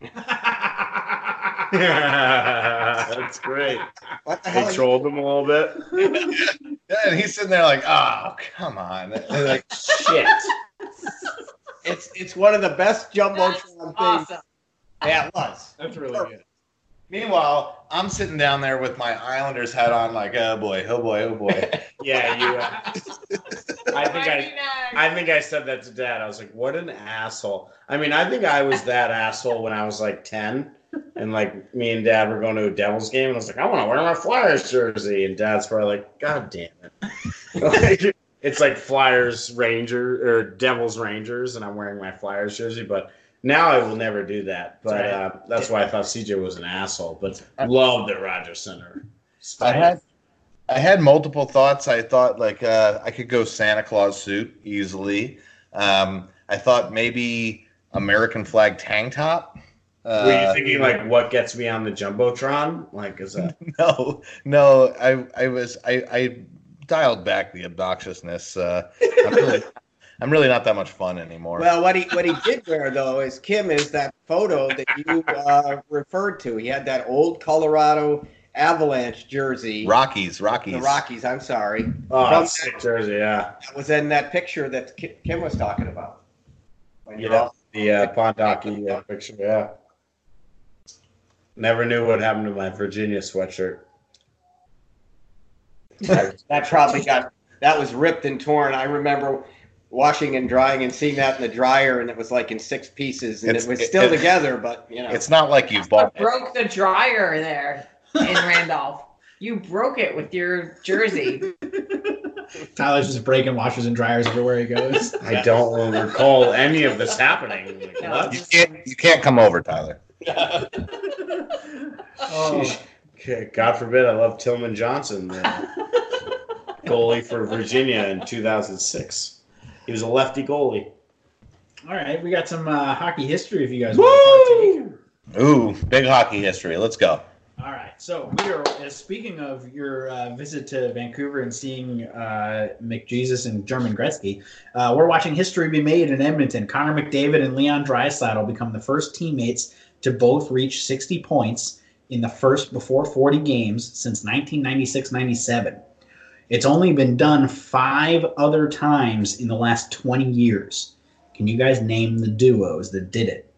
[SPEAKER 4] That's great.
[SPEAKER 5] What the
[SPEAKER 4] They
[SPEAKER 5] hell?
[SPEAKER 4] trolled him a little bit.
[SPEAKER 1] and he's sitting there like, oh, come on. And like,
[SPEAKER 4] Shit.
[SPEAKER 5] It's it's one of the best jumbotron things.
[SPEAKER 3] Awesome.
[SPEAKER 5] Yeah, it was.
[SPEAKER 2] That's really good.
[SPEAKER 1] Meanwhile, I'm sitting down there with my Islanders hat on, like, oh boy, oh boy, oh boy.
[SPEAKER 4] Yeah, you. Uh, I think I.
[SPEAKER 3] 99.
[SPEAKER 4] I think I said that to dad. I was like, what an asshole. I mean, I think I was that asshole when I was like 10. And like me and dad were going to a Devils game, and I was like, I want to wear my Flyers jersey. And dad's probably like, God damn it. Like, it's like Flyers Ranger or Devils Rangers, and I'm wearing my Flyers jersey. But now I will never do that. But uh, that's why I thought CJ was an asshole. But loved the Rogers Center.
[SPEAKER 1] Uh, I had I had multiple thoughts. I thought like uh, I could go Santa Claus suit easily. Um, I thought maybe American flag tank top. Uh,
[SPEAKER 4] Were you thinking like what gets me on the jumbotron? Like is that
[SPEAKER 1] no, no. I I was I, I dialed back the obnoxiousness. Uh, I'm, really, I'm really not that much fun anymore.
[SPEAKER 5] Well, what he what he did wear though is Kim is that photo that you uh, referred to. He had that old Colorado Avalanche jersey,
[SPEAKER 1] Rockies, Rockies.
[SPEAKER 5] the Rockies. I'm sorry,
[SPEAKER 4] oh that's sick jersey? Yeah,
[SPEAKER 5] that was in that picture that Ki- Kim was talking about. When
[SPEAKER 4] you
[SPEAKER 5] you're
[SPEAKER 4] know
[SPEAKER 5] all-
[SPEAKER 4] the uh, Pondaki uh, picture. Yeah, never knew what happened to my Virginia sweatshirt.
[SPEAKER 5] that probably got that was ripped and torn. I remember washing and drying and seeing that in the dryer, and it was like in six pieces, and
[SPEAKER 1] It's-
[SPEAKER 5] it was
[SPEAKER 1] it-
[SPEAKER 5] still
[SPEAKER 1] it-
[SPEAKER 5] together. But you know,
[SPEAKER 1] It's not like you
[SPEAKER 3] But
[SPEAKER 1] bought.
[SPEAKER 3] broke the dryer there in Randolph. You broke it with your jersey.
[SPEAKER 2] Tyler's just breaking washers and dryers everywhere he goes.
[SPEAKER 4] I don't recall any of this happening. Like,
[SPEAKER 3] No.
[SPEAKER 4] what?
[SPEAKER 1] You can't. You can't come over, Tyler.
[SPEAKER 2] oh,
[SPEAKER 4] Okay, God forbid I love Tillman Johnson, the goalie for Virginia in 2006. He was a lefty goalie.
[SPEAKER 2] all right. We got some uh, hockey history if you guys want to partake.
[SPEAKER 1] Ooh, big hockey history. Let's go.
[SPEAKER 2] All right. So we are uh, speaking of your uh, visit to Vancouver and seeing uh, McJesus and German Gretzky. Uh, we're watching history be made in Edmonton. Connor McDavid and Leon Draisaitl become the first teammates to both reach 60 points in the first before 40 games since 1996-97. It's only been done five other times in the last 20 years. Can you guys name the duos that did it?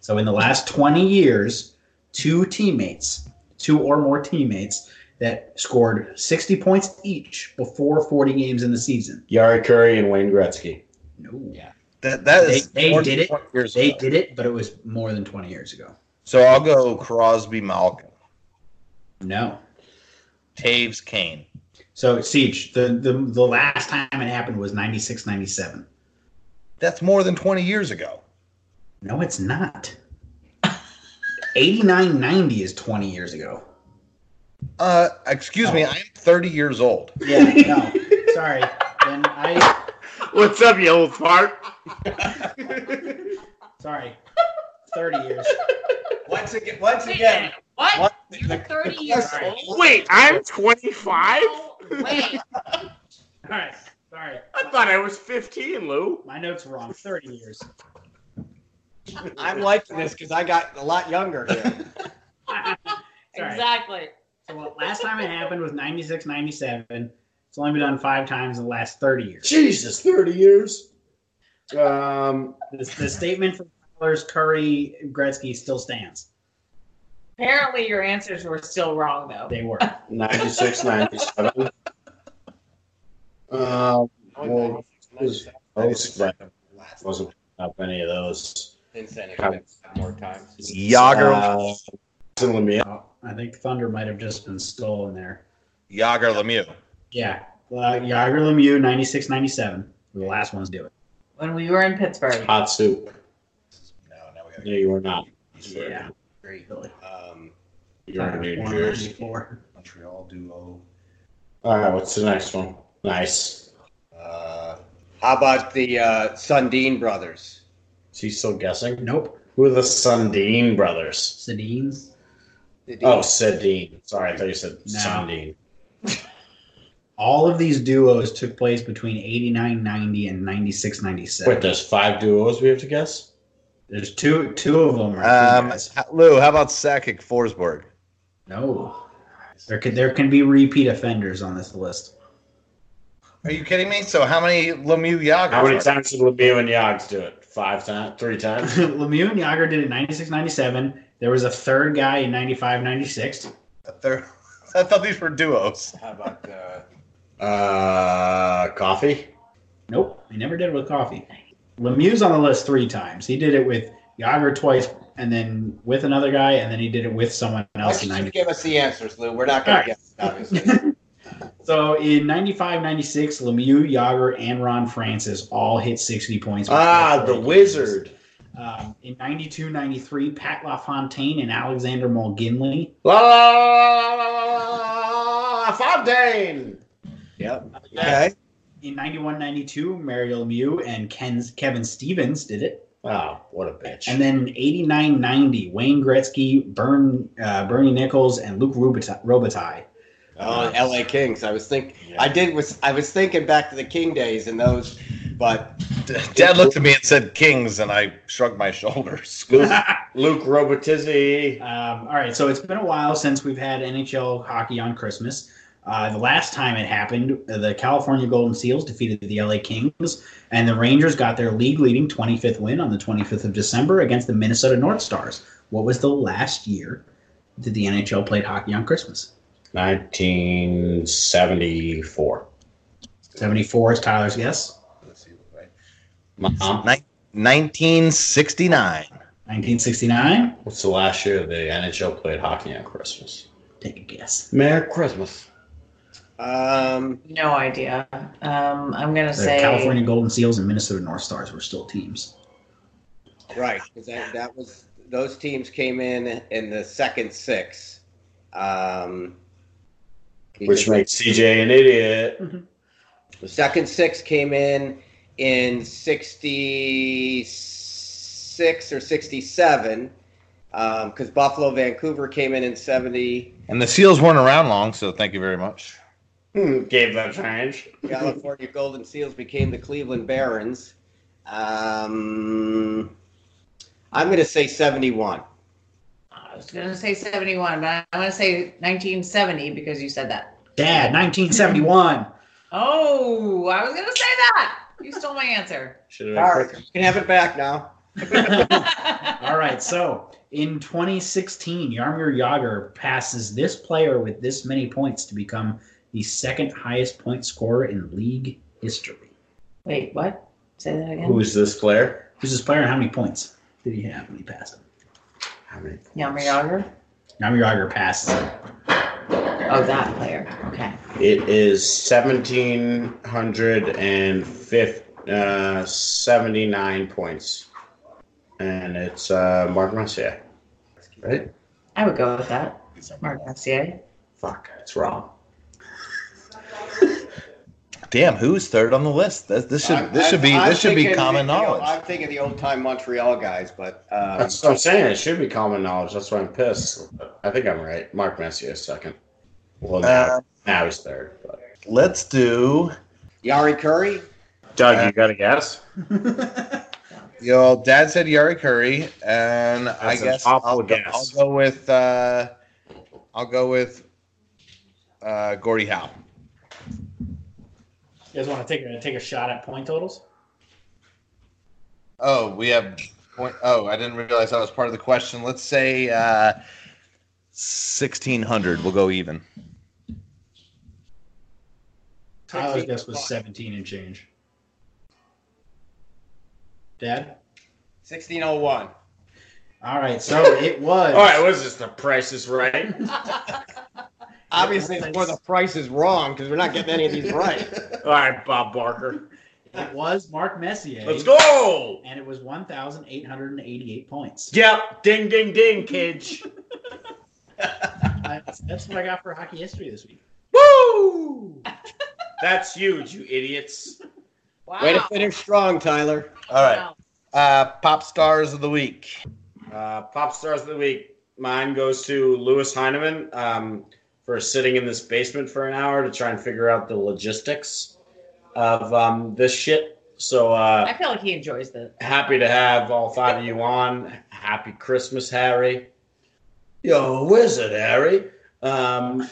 [SPEAKER 2] So in the last 20 years two teammates, two or more teammates that scored 60 points each before 40 games in the season.
[SPEAKER 4] Yari Curry and Wayne Gretzky.
[SPEAKER 2] No. Yeah.
[SPEAKER 1] That that is.
[SPEAKER 2] They- they
[SPEAKER 1] 40
[SPEAKER 2] did it.
[SPEAKER 1] years
[SPEAKER 2] They
[SPEAKER 1] ago.
[SPEAKER 2] did it, but it was more than 20 years ago.
[SPEAKER 1] So I'll go Crosby, Malkin,
[SPEAKER 2] No.
[SPEAKER 1] Taves, Kane.
[SPEAKER 2] So Siege, the, the the last time it happened was 96 97.
[SPEAKER 1] That's more than 20 years ago.
[SPEAKER 2] No, it's not. 89 90 is 20 years ago.
[SPEAKER 1] Uh, excuse me, I'm 30 years old.
[SPEAKER 2] Yeah, no. Sorry. Then I
[SPEAKER 4] What's up, you old fart?
[SPEAKER 2] sorry. 30 years.
[SPEAKER 5] once again, once
[SPEAKER 3] Wait a
[SPEAKER 5] again,
[SPEAKER 3] minute, what?
[SPEAKER 1] What?
[SPEAKER 3] You're 30 years
[SPEAKER 2] Sorry.
[SPEAKER 3] old?
[SPEAKER 6] Wait, I'm 25?
[SPEAKER 3] No way.
[SPEAKER 2] All right. Sorry.
[SPEAKER 6] I thought I was 15, Lou.
[SPEAKER 2] My notes were wrong. 30 years.
[SPEAKER 5] I'm liking this because I got a lot younger here.
[SPEAKER 2] Sorry.
[SPEAKER 3] Exactly.
[SPEAKER 2] So well, last time it happened was 96, 97. It's only been done five times in the last 30 years.
[SPEAKER 4] Jesus, 30 years. Um,
[SPEAKER 2] The, the statement from Tyler's Curry Gretzky still stands.
[SPEAKER 3] Apparently, your answers were still wrong, though.
[SPEAKER 2] They were.
[SPEAKER 4] 96, 97. Um, well, was- I was- wasn't up any of those.
[SPEAKER 5] more times.
[SPEAKER 1] Yager,
[SPEAKER 4] Uh, Jason Lemieux.
[SPEAKER 2] Oh, I think Thunder might have just been stolen there.
[SPEAKER 1] Yager, Lemieux.
[SPEAKER 2] Yeah. Uh, Yager Lemieux, 96, 97. The last ones do it.
[SPEAKER 3] When we were in Pittsburgh.
[SPEAKER 4] Hot soup.
[SPEAKER 1] No, now we gotta
[SPEAKER 4] No, you were not.
[SPEAKER 2] Yeah.
[SPEAKER 5] Great.
[SPEAKER 2] Really.
[SPEAKER 5] Um,
[SPEAKER 4] You were in New
[SPEAKER 2] One
[SPEAKER 4] Jersey.
[SPEAKER 2] 94.
[SPEAKER 5] Montreal duo.
[SPEAKER 4] All right, what's the next one? Nice.
[SPEAKER 5] Uh, how about the uh, Sundin brothers?
[SPEAKER 4] Is he still guessing?
[SPEAKER 2] Nope.
[SPEAKER 4] Who are the Sundin brothers?
[SPEAKER 2] Sedines.
[SPEAKER 5] Did he-
[SPEAKER 4] Oh, Sedin. Sorry, I thought you said
[SPEAKER 2] No.
[SPEAKER 4] Sundin.
[SPEAKER 2] All of these duos took place between 89, 90 and 96, 97.
[SPEAKER 4] Wait, there's five duos we have to guess?
[SPEAKER 2] There's two two of them. Are
[SPEAKER 1] Um, h- Lou, how about Sakic, Forsberg?
[SPEAKER 2] No. There can there can be repeat offenders on this list.
[SPEAKER 1] Are you kidding me? So how many Lemieux Yager?
[SPEAKER 4] How many times did Lemieux and Yags do it? Five times? Three times?
[SPEAKER 2] Lemieux and Yager did it in 96, 97. There was a third guy in 95, 96.
[SPEAKER 1] They're- I thought these were duos.
[SPEAKER 4] How about uh, uh, coffee?
[SPEAKER 2] Nope, he never did it with coffee. Lemieux's on the list three times. He did it with Yager twice, and then with another guy, and then he did it with someone
[SPEAKER 5] Why
[SPEAKER 2] else
[SPEAKER 5] don't
[SPEAKER 2] in
[SPEAKER 5] you just
[SPEAKER 2] 90.
[SPEAKER 5] give us the answers, Lou? We're not going
[SPEAKER 2] All
[SPEAKER 5] to guess, obviously.
[SPEAKER 2] So in 95, 96, Lemieux, Yager, and Ron Francis all hit 60 points.
[SPEAKER 4] Ah, the wizard.
[SPEAKER 2] Um, in 92, 93, Pat LaFontaine and Alexander Mulginley.
[SPEAKER 4] La la la la la la la la Fontaine.
[SPEAKER 5] yep.
[SPEAKER 4] Okay.
[SPEAKER 2] In 91, 92, Mary Lemieux and Ken's, Kevin Stevens did it.
[SPEAKER 4] Oh, what a bitch.
[SPEAKER 2] And then 89 90, Wayne Gretzky, Bern, uh, Bernie Nichols, and Luke Robitaille. Robitaille.
[SPEAKER 5] Oh, L.A. Kings. I was think
[SPEAKER 4] Yeah.
[SPEAKER 5] I did was I was thinking back to the King days and those, but
[SPEAKER 1] D- Dad looked at me and said Kings, and I shrugged my shoulders.
[SPEAKER 4] Luke Robotizzi.
[SPEAKER 2] Um, all right, so it's been a while since we've had NHL hockey on Christmas. Uh, the last time it happened, the California Golden Seals defeated the LA Kings, and the Rangers got their league leading 25th win on the 25th of December against the Minnesota North Stars. What was the last year that the NHL played hockey on Christmas?
[SPEAKER 4] 1974.
[SPEAKER 2] 74 is Tyler's guess.
[SPEAKER 4] Mom,
[SPEAKER 1] 1969.
[SPEAKER 2] 1969?
[SPEAKER 4] what's the last year the NHL played hockey on Christmas?
[SPEAKER 2] Take a guess.
[SPEAKER 4] Merry Christmas.
[SPEAKER 5] um,
[SPEAKER 3] No idea. Um, I'm gonna
[SPEAKER 2] The
[SPEAKER 3] say
[SPEAKER 2] California Golden Seals and Minnesota North Stars were still teams.
[SPEAKER 5] right 'cause that, that was those teams came in in the second six, um,
[SPEAKER 4] Which
[SPEAKER 5] because
[SPEAKER 4] makes CJ an idiot.
[SPEAKER 5] the second six came in in sixty six or sixty seven, because Buffalo Vancouver came in in seventy.
[SPEAKER 1] And the Seals weren't around long, so thank you very much.
[SPEAKER 4] Hmm, Gave them change.
[SPEAKER 5] California Golden Seals became the Cleveland Barons. Um, I'm going to say 71.
[SPEAKER 3] I was gonna say 71, but I'm gonna say 1970 because you said that.
[SPEAKER 2] Dad, 1971.
[SPEAKER 3] Oh, I was gonna say that. You stole my answer.
[SPEAKER 4] Should
[SPEAKER 5] All
[SPEAKER 4] have been
[SPEAKER 5] right, you can have it back now.
[SPEAKER 2] All right, so in 2016, Yarmir Yager passes this player with this many points to become the second highest point scorer in league history.
[SPEAKER 3] Wait, what? Say that again.
[SPEAKER 4] Who is this player?
[SPEAKER 2] Who's this player and how many points did he have when he passed him?
[SPEAKER 4] How many? points?
[SPEAKER 3] Yammer Yager?
[SPEAKER 2] Yarmir Yager passes him.
[SPEAKER 3] Oh, that player. Okay.
[SPEAKER 4] It is 1,750, uh, 79 points. And it's uh, Mark Messier. Right?
[SPEAKER 3] I would go with that. Mark Messier.
[SPEAKER 4] Fuck, it's wrong.
[SPEAKER 1] Damn, who's third on the list? This, this should this
[SPEAKER 5] I'm-
[SPEAKER 1] should be
[SPEAKER 5] I'm
[SPEAKER 1] this should be
[SPEAKER 5] thinking,
[SPEAKER 1] common
[SPEAKER 5] you know,
[SPEAKER 1] knowledge.
[SPEAKER 5] I'm thinking the old time Montreal guys, but um,
[SPEAKER 4] That's what I'm saying. It should be common knowledge. That's why I'm pissed. I think I'm right. Mark Messier is second. Well, now,
[SPEAKER 1] Uh,
[SPEAKER 4] now he's third. But.
[SPEAKER 1] let's do
[SPEAKER 5] Yari Curry.
[SPEAKER 4] Doug, you got a guess?
[SPEAKER 1] Yo, Dad said Yari Curry, and I
[SPEAKER 4] an
[SPEAKER 1] guess
[SPEAKER 4] awful
[SPEAKER 1] I'll, go-
[SPEAKER 4] guess.
[SPEAKER 1] I'll go with uh, I'll go with uh, Gordie Howe.
[SPEAKER 2] You guys want to take a, take a shot at point totals?
[SPEAKER 1] Oh, we have point. Oh, I didn't realize that was part of the question. Let's say uh, sixteen hundred. We'll go even.
[SPEAKER 2] Tyler's guess was 17 and change. Dad?
[SPEAKER 5] 1601.
[SPEAKER 2] All right, so it was.
[SPEAKER 4] All right, what is this? The price is right?
[SPEAKER 5] Obviously, it's where the price is wrong because we're not getting any of these right.
[SPEAKER 4] All right, Bob Barker.
[SPEAKER 2] It was Mark Messier.
[SPEAKER 4] Let's go.
[SPEAKER 2] And it was 1,888 points.
[SPEAKER 4] Yep. Ding, ding, ding, kids.
[SPEAKER 2] That's, that's what I got for hockey history this week.
[SPEAKER 4] Woo! That's huge, you idiots.
[SPEAKER 3] Wow.
[SPEAKER 5] Way to finish strong, Tyler.
[SPEAKER 1] All right, uh, pop stars of the week.
[SPEAKER 4] Uh, pop stars of the week. Mine goes to Lewis Heineman um, for sitting in this basement for an hour to try and figure out the logistics of um, this shit. So uh,
[SPEAKER 3] I feel like he enjoys the.
[SPEAKER 4] happy to have all five of you on. Happy Christmas, Harry. Yo, wizard, Harry. Um,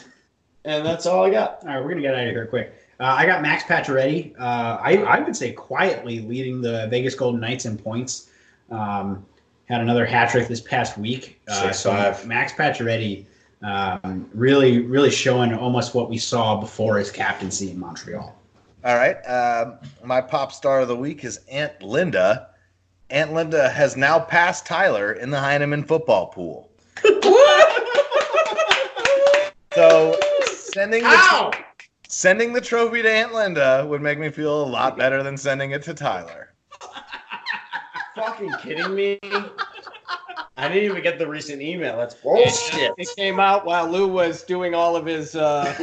[SPEAKER 4] And that's all I got.
[SPEAKER 2] All right, we're gonna get out of here quick. Uh, I got Max Pacioretty. Uh, I I would say quietly leading the Vegas Golden Knights in points. Um, had another hat trick this past week. Uh,
[SPEAKER 4] Six five.
[SPEAKER 2] Max Pacioretty um, really really showing almost what we saw before his captaincy in Montreal.
[SPEAKER 1] All right. Um, my pop star of the week is Aunt Linda. Aunt Linda has now passed Tyler in the Heineman football pool. so sending the,
[SPEAKER 6] Ow!
[SPEAKER 1] sending the trophy to Aunt Linda would make me feel a lot better than sending it to Tyler.
[SPEAKER 4] Fucking kidding me? I didn't even get the recent email. That's bullshit.
[SPEAKER 5] It came out while Lou was doing all of his uh,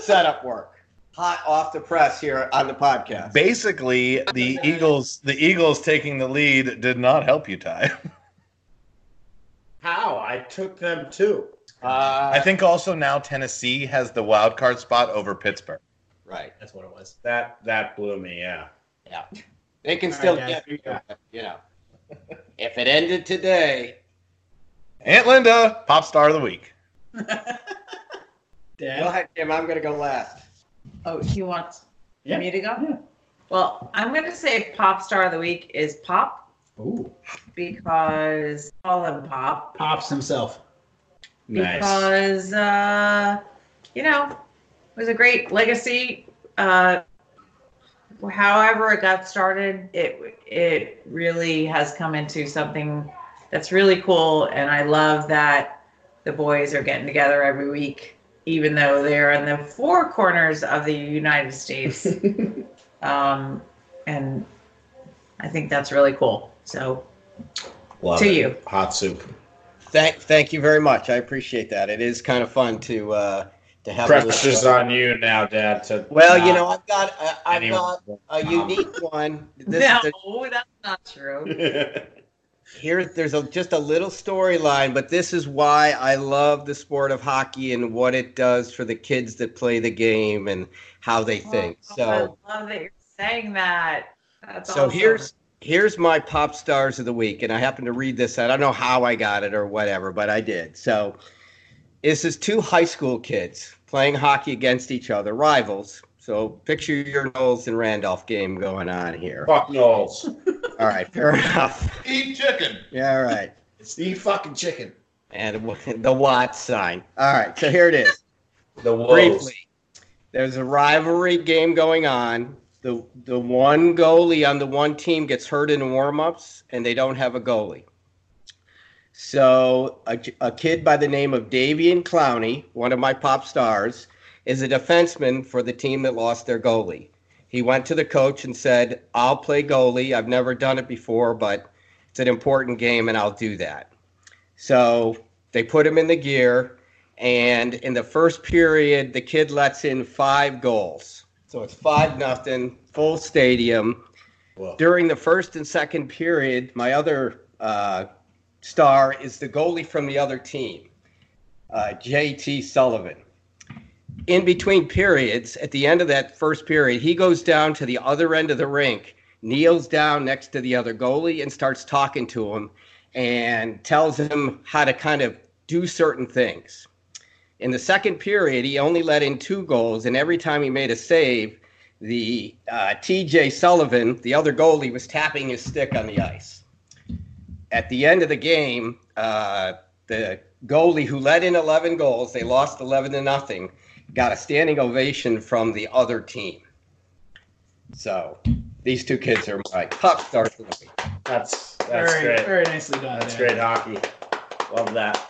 [SPEAKER 5] setup work. Hot off the press here on the podcast.
[SPEAKER 1] Basically, the Eagles the Eagles taking the lead did not help you, Ty.
[SPEAKER 4] How? I took them too.
[SPEAKER 5] Uh,
[SPEAKER 1] I think also now Tennessee has the wild card spot over Pittsburgh.
[SPEAKER 5] right.
[SPEAKER 2] That's what it was.
[SPEAKER 4] That that blew me. Yeah.
[SPEAKER 5] They can
[SPEAKER 2] All
[SPEAKER 5] still
[SPEAKER 2] right, guys,
[SPEAKER 5] get
[SPEAKER 2] here you go.
[SPEAKER 5] you know. if it ended today,
[SPEAKER 1] Aunt Linda, pop star of the week.
[SPEAKER 5] go
[SPEAKER 2] Dad,
[SPEAKER 5] ahead, Jim. I'm gonna go last.
[SPEAKER 3] Oh, you want
[SPEAKER 2] Yeah.
[SPEAKER 3] me to go?
[SPEAKER 2] Yeah.
[SPEAKER 3] Well, I'm going to say pop star of the week is Pop
[SPEAKER 2] ooh,
[SPEAKER 3] because all in Pop
[SPEAKER 2] pops himself.
[SPEAKER 4] Nice.
[SPEAKER 3] because uh, you know it was a great legacy. Uh, however, it got started, it it really has come into something that's really cool, and I love that the boys are getting together every week, even though they're in the four corners of the United States, um, and I think that's really cool. So
[SPEAKER 4] Love
[SPEAKER 3] to
[SPEAKER 4] it.
[SPEAKER 3] you.
[SPEAKER 4] Hot soup.
[SPEAKER 5] Thank thank you very much. I appreciate that. It is kind of fun to uh, to have. a little-
[SPEAKER 4] Pressure's on you now, Dad. To
[SPEAKER 5] Well, you
[SPEAKER 4] not
[SPEAKER 5] know, I've got uh, I've
[SPEAKER 4] anyone-
[SPEAKER 5] got a unique one. This,
[SPEAKER 3] no,
[SPEAKER 5] the-
[SPEAKER 3] that's not true.
[SPEAKER 5] here there's a, just a little storyline but this is why i love the sport of hockey and what it does for the kids that play the game and how they think
[SPEAKER 3] Oh,
[SPEAKER 5] so
[SPEAKER 3] I love that you're saying that. That's
[SPEAKER 5] so
[SPEAKER 3] awesome.
[SPEAKER 5] here's here's my pop stars of the week and i happened to read this i don't know how i got it or whatever but i did so this is two high school kids playing hockey against each other rivals so picture your knowles and randolph game going on here
[SPEAKER 4] Fuck Knowles.
[SPEAKER 5] all right fair enough
[SPEAKER 1] Eat chicken.
[SPEAKER 5] yeah all right
[SPEAKER 4] It's the fucking chicken.
[SPEAKER 5] And the Watt sign. All right, so here it is.
[SPEAKER 4] The wolves.
[SPEAKER 5] Briefly, there's a rivalry game going on. The the one goalie on the one team gets hurt in warm-ups, and they don't have a goalie. So a, a kid by the name of Davian Clowney, one of my pop stars, is a defenseman for the team that lost their goalie. He went to the coach and said, "I'll play goalie. I've never done it before, but it's an important game, and I'll do that." So they put him in the gear, and in the first period, the kid lets in five goals. So it's five nothing, full stadium.
[SPEAKER 4] Whoa.
[SPEAKER 5] During the first and second period, my other uh, star is the goalie from the other team, uh, J.T. Sullivan. In between periods, at the end of that first period, he goes down to the other end of the rink, kneels down next to the other goalie, and starts talking to him and tells him how to kind of do certain things. In the second period, he only let in two goals, and every time he made a save, the uh, TJ Sullivan, the other goalie, was tapping his stick on the ice. At the end of the game, uh, the goalie who let in 11 goals, they lost 11 to nothing, got a standing ovation from the other team. So these two kids are my top stars of the week.
[SPEAKER 4] That's that's
[SPEAKER 2] very,
[SPEAKER 4] great.
[SPEAKER 2] very nicely done.
[SPEAKER 4] That's
[SPEAKER 2] Dad.
[SPEAKER 4] great hockey. Love that.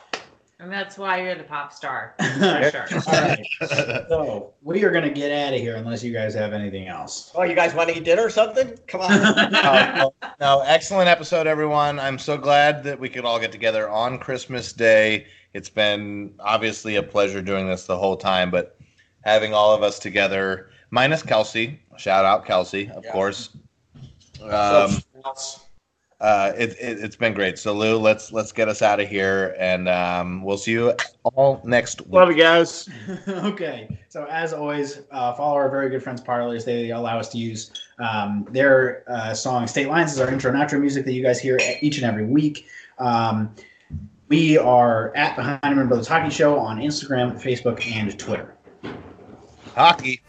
[SPEAKER 3] and that's why you're the pop star.
[SPEAKER 2] All
[SPEAKER 3] For sure.
[SPEAKER 2] right, so we are gonna get out of here unless you guys have anything else.
[SPEAKER 5] Oh, you guys want to eat dinner or something? Come on.
[SPEAKER 2] yeah,
[SPEAKER 1] Oh, well, no, excellent episode, everyone. I'm so glad that we could all get together on Christmas Day. It's been obviously a pleasure doing this the whole time, but having all of us together, minus Kelsey, shout out Kelsey, of
[SPEAKER 5] Yeah.
[SPEAKER 1] course. Um, uh, it, it, it's been great. So Lou, let's let's get us out of here, and um, we'll see you all next week.
[SPEAKER 6] Love you guys.
[SPEAKER 2] okay. So as always, uh, follow our very good friends Parlors. They allow us to use um, their uh, song "State Lines" as our intro and outro music that you guys hear e-, each and every week. Um, we are at Behind Him and Brothers Hockey Show on Instagram, Facebook, and Twitter.
[SPEAKER 1] Hockey.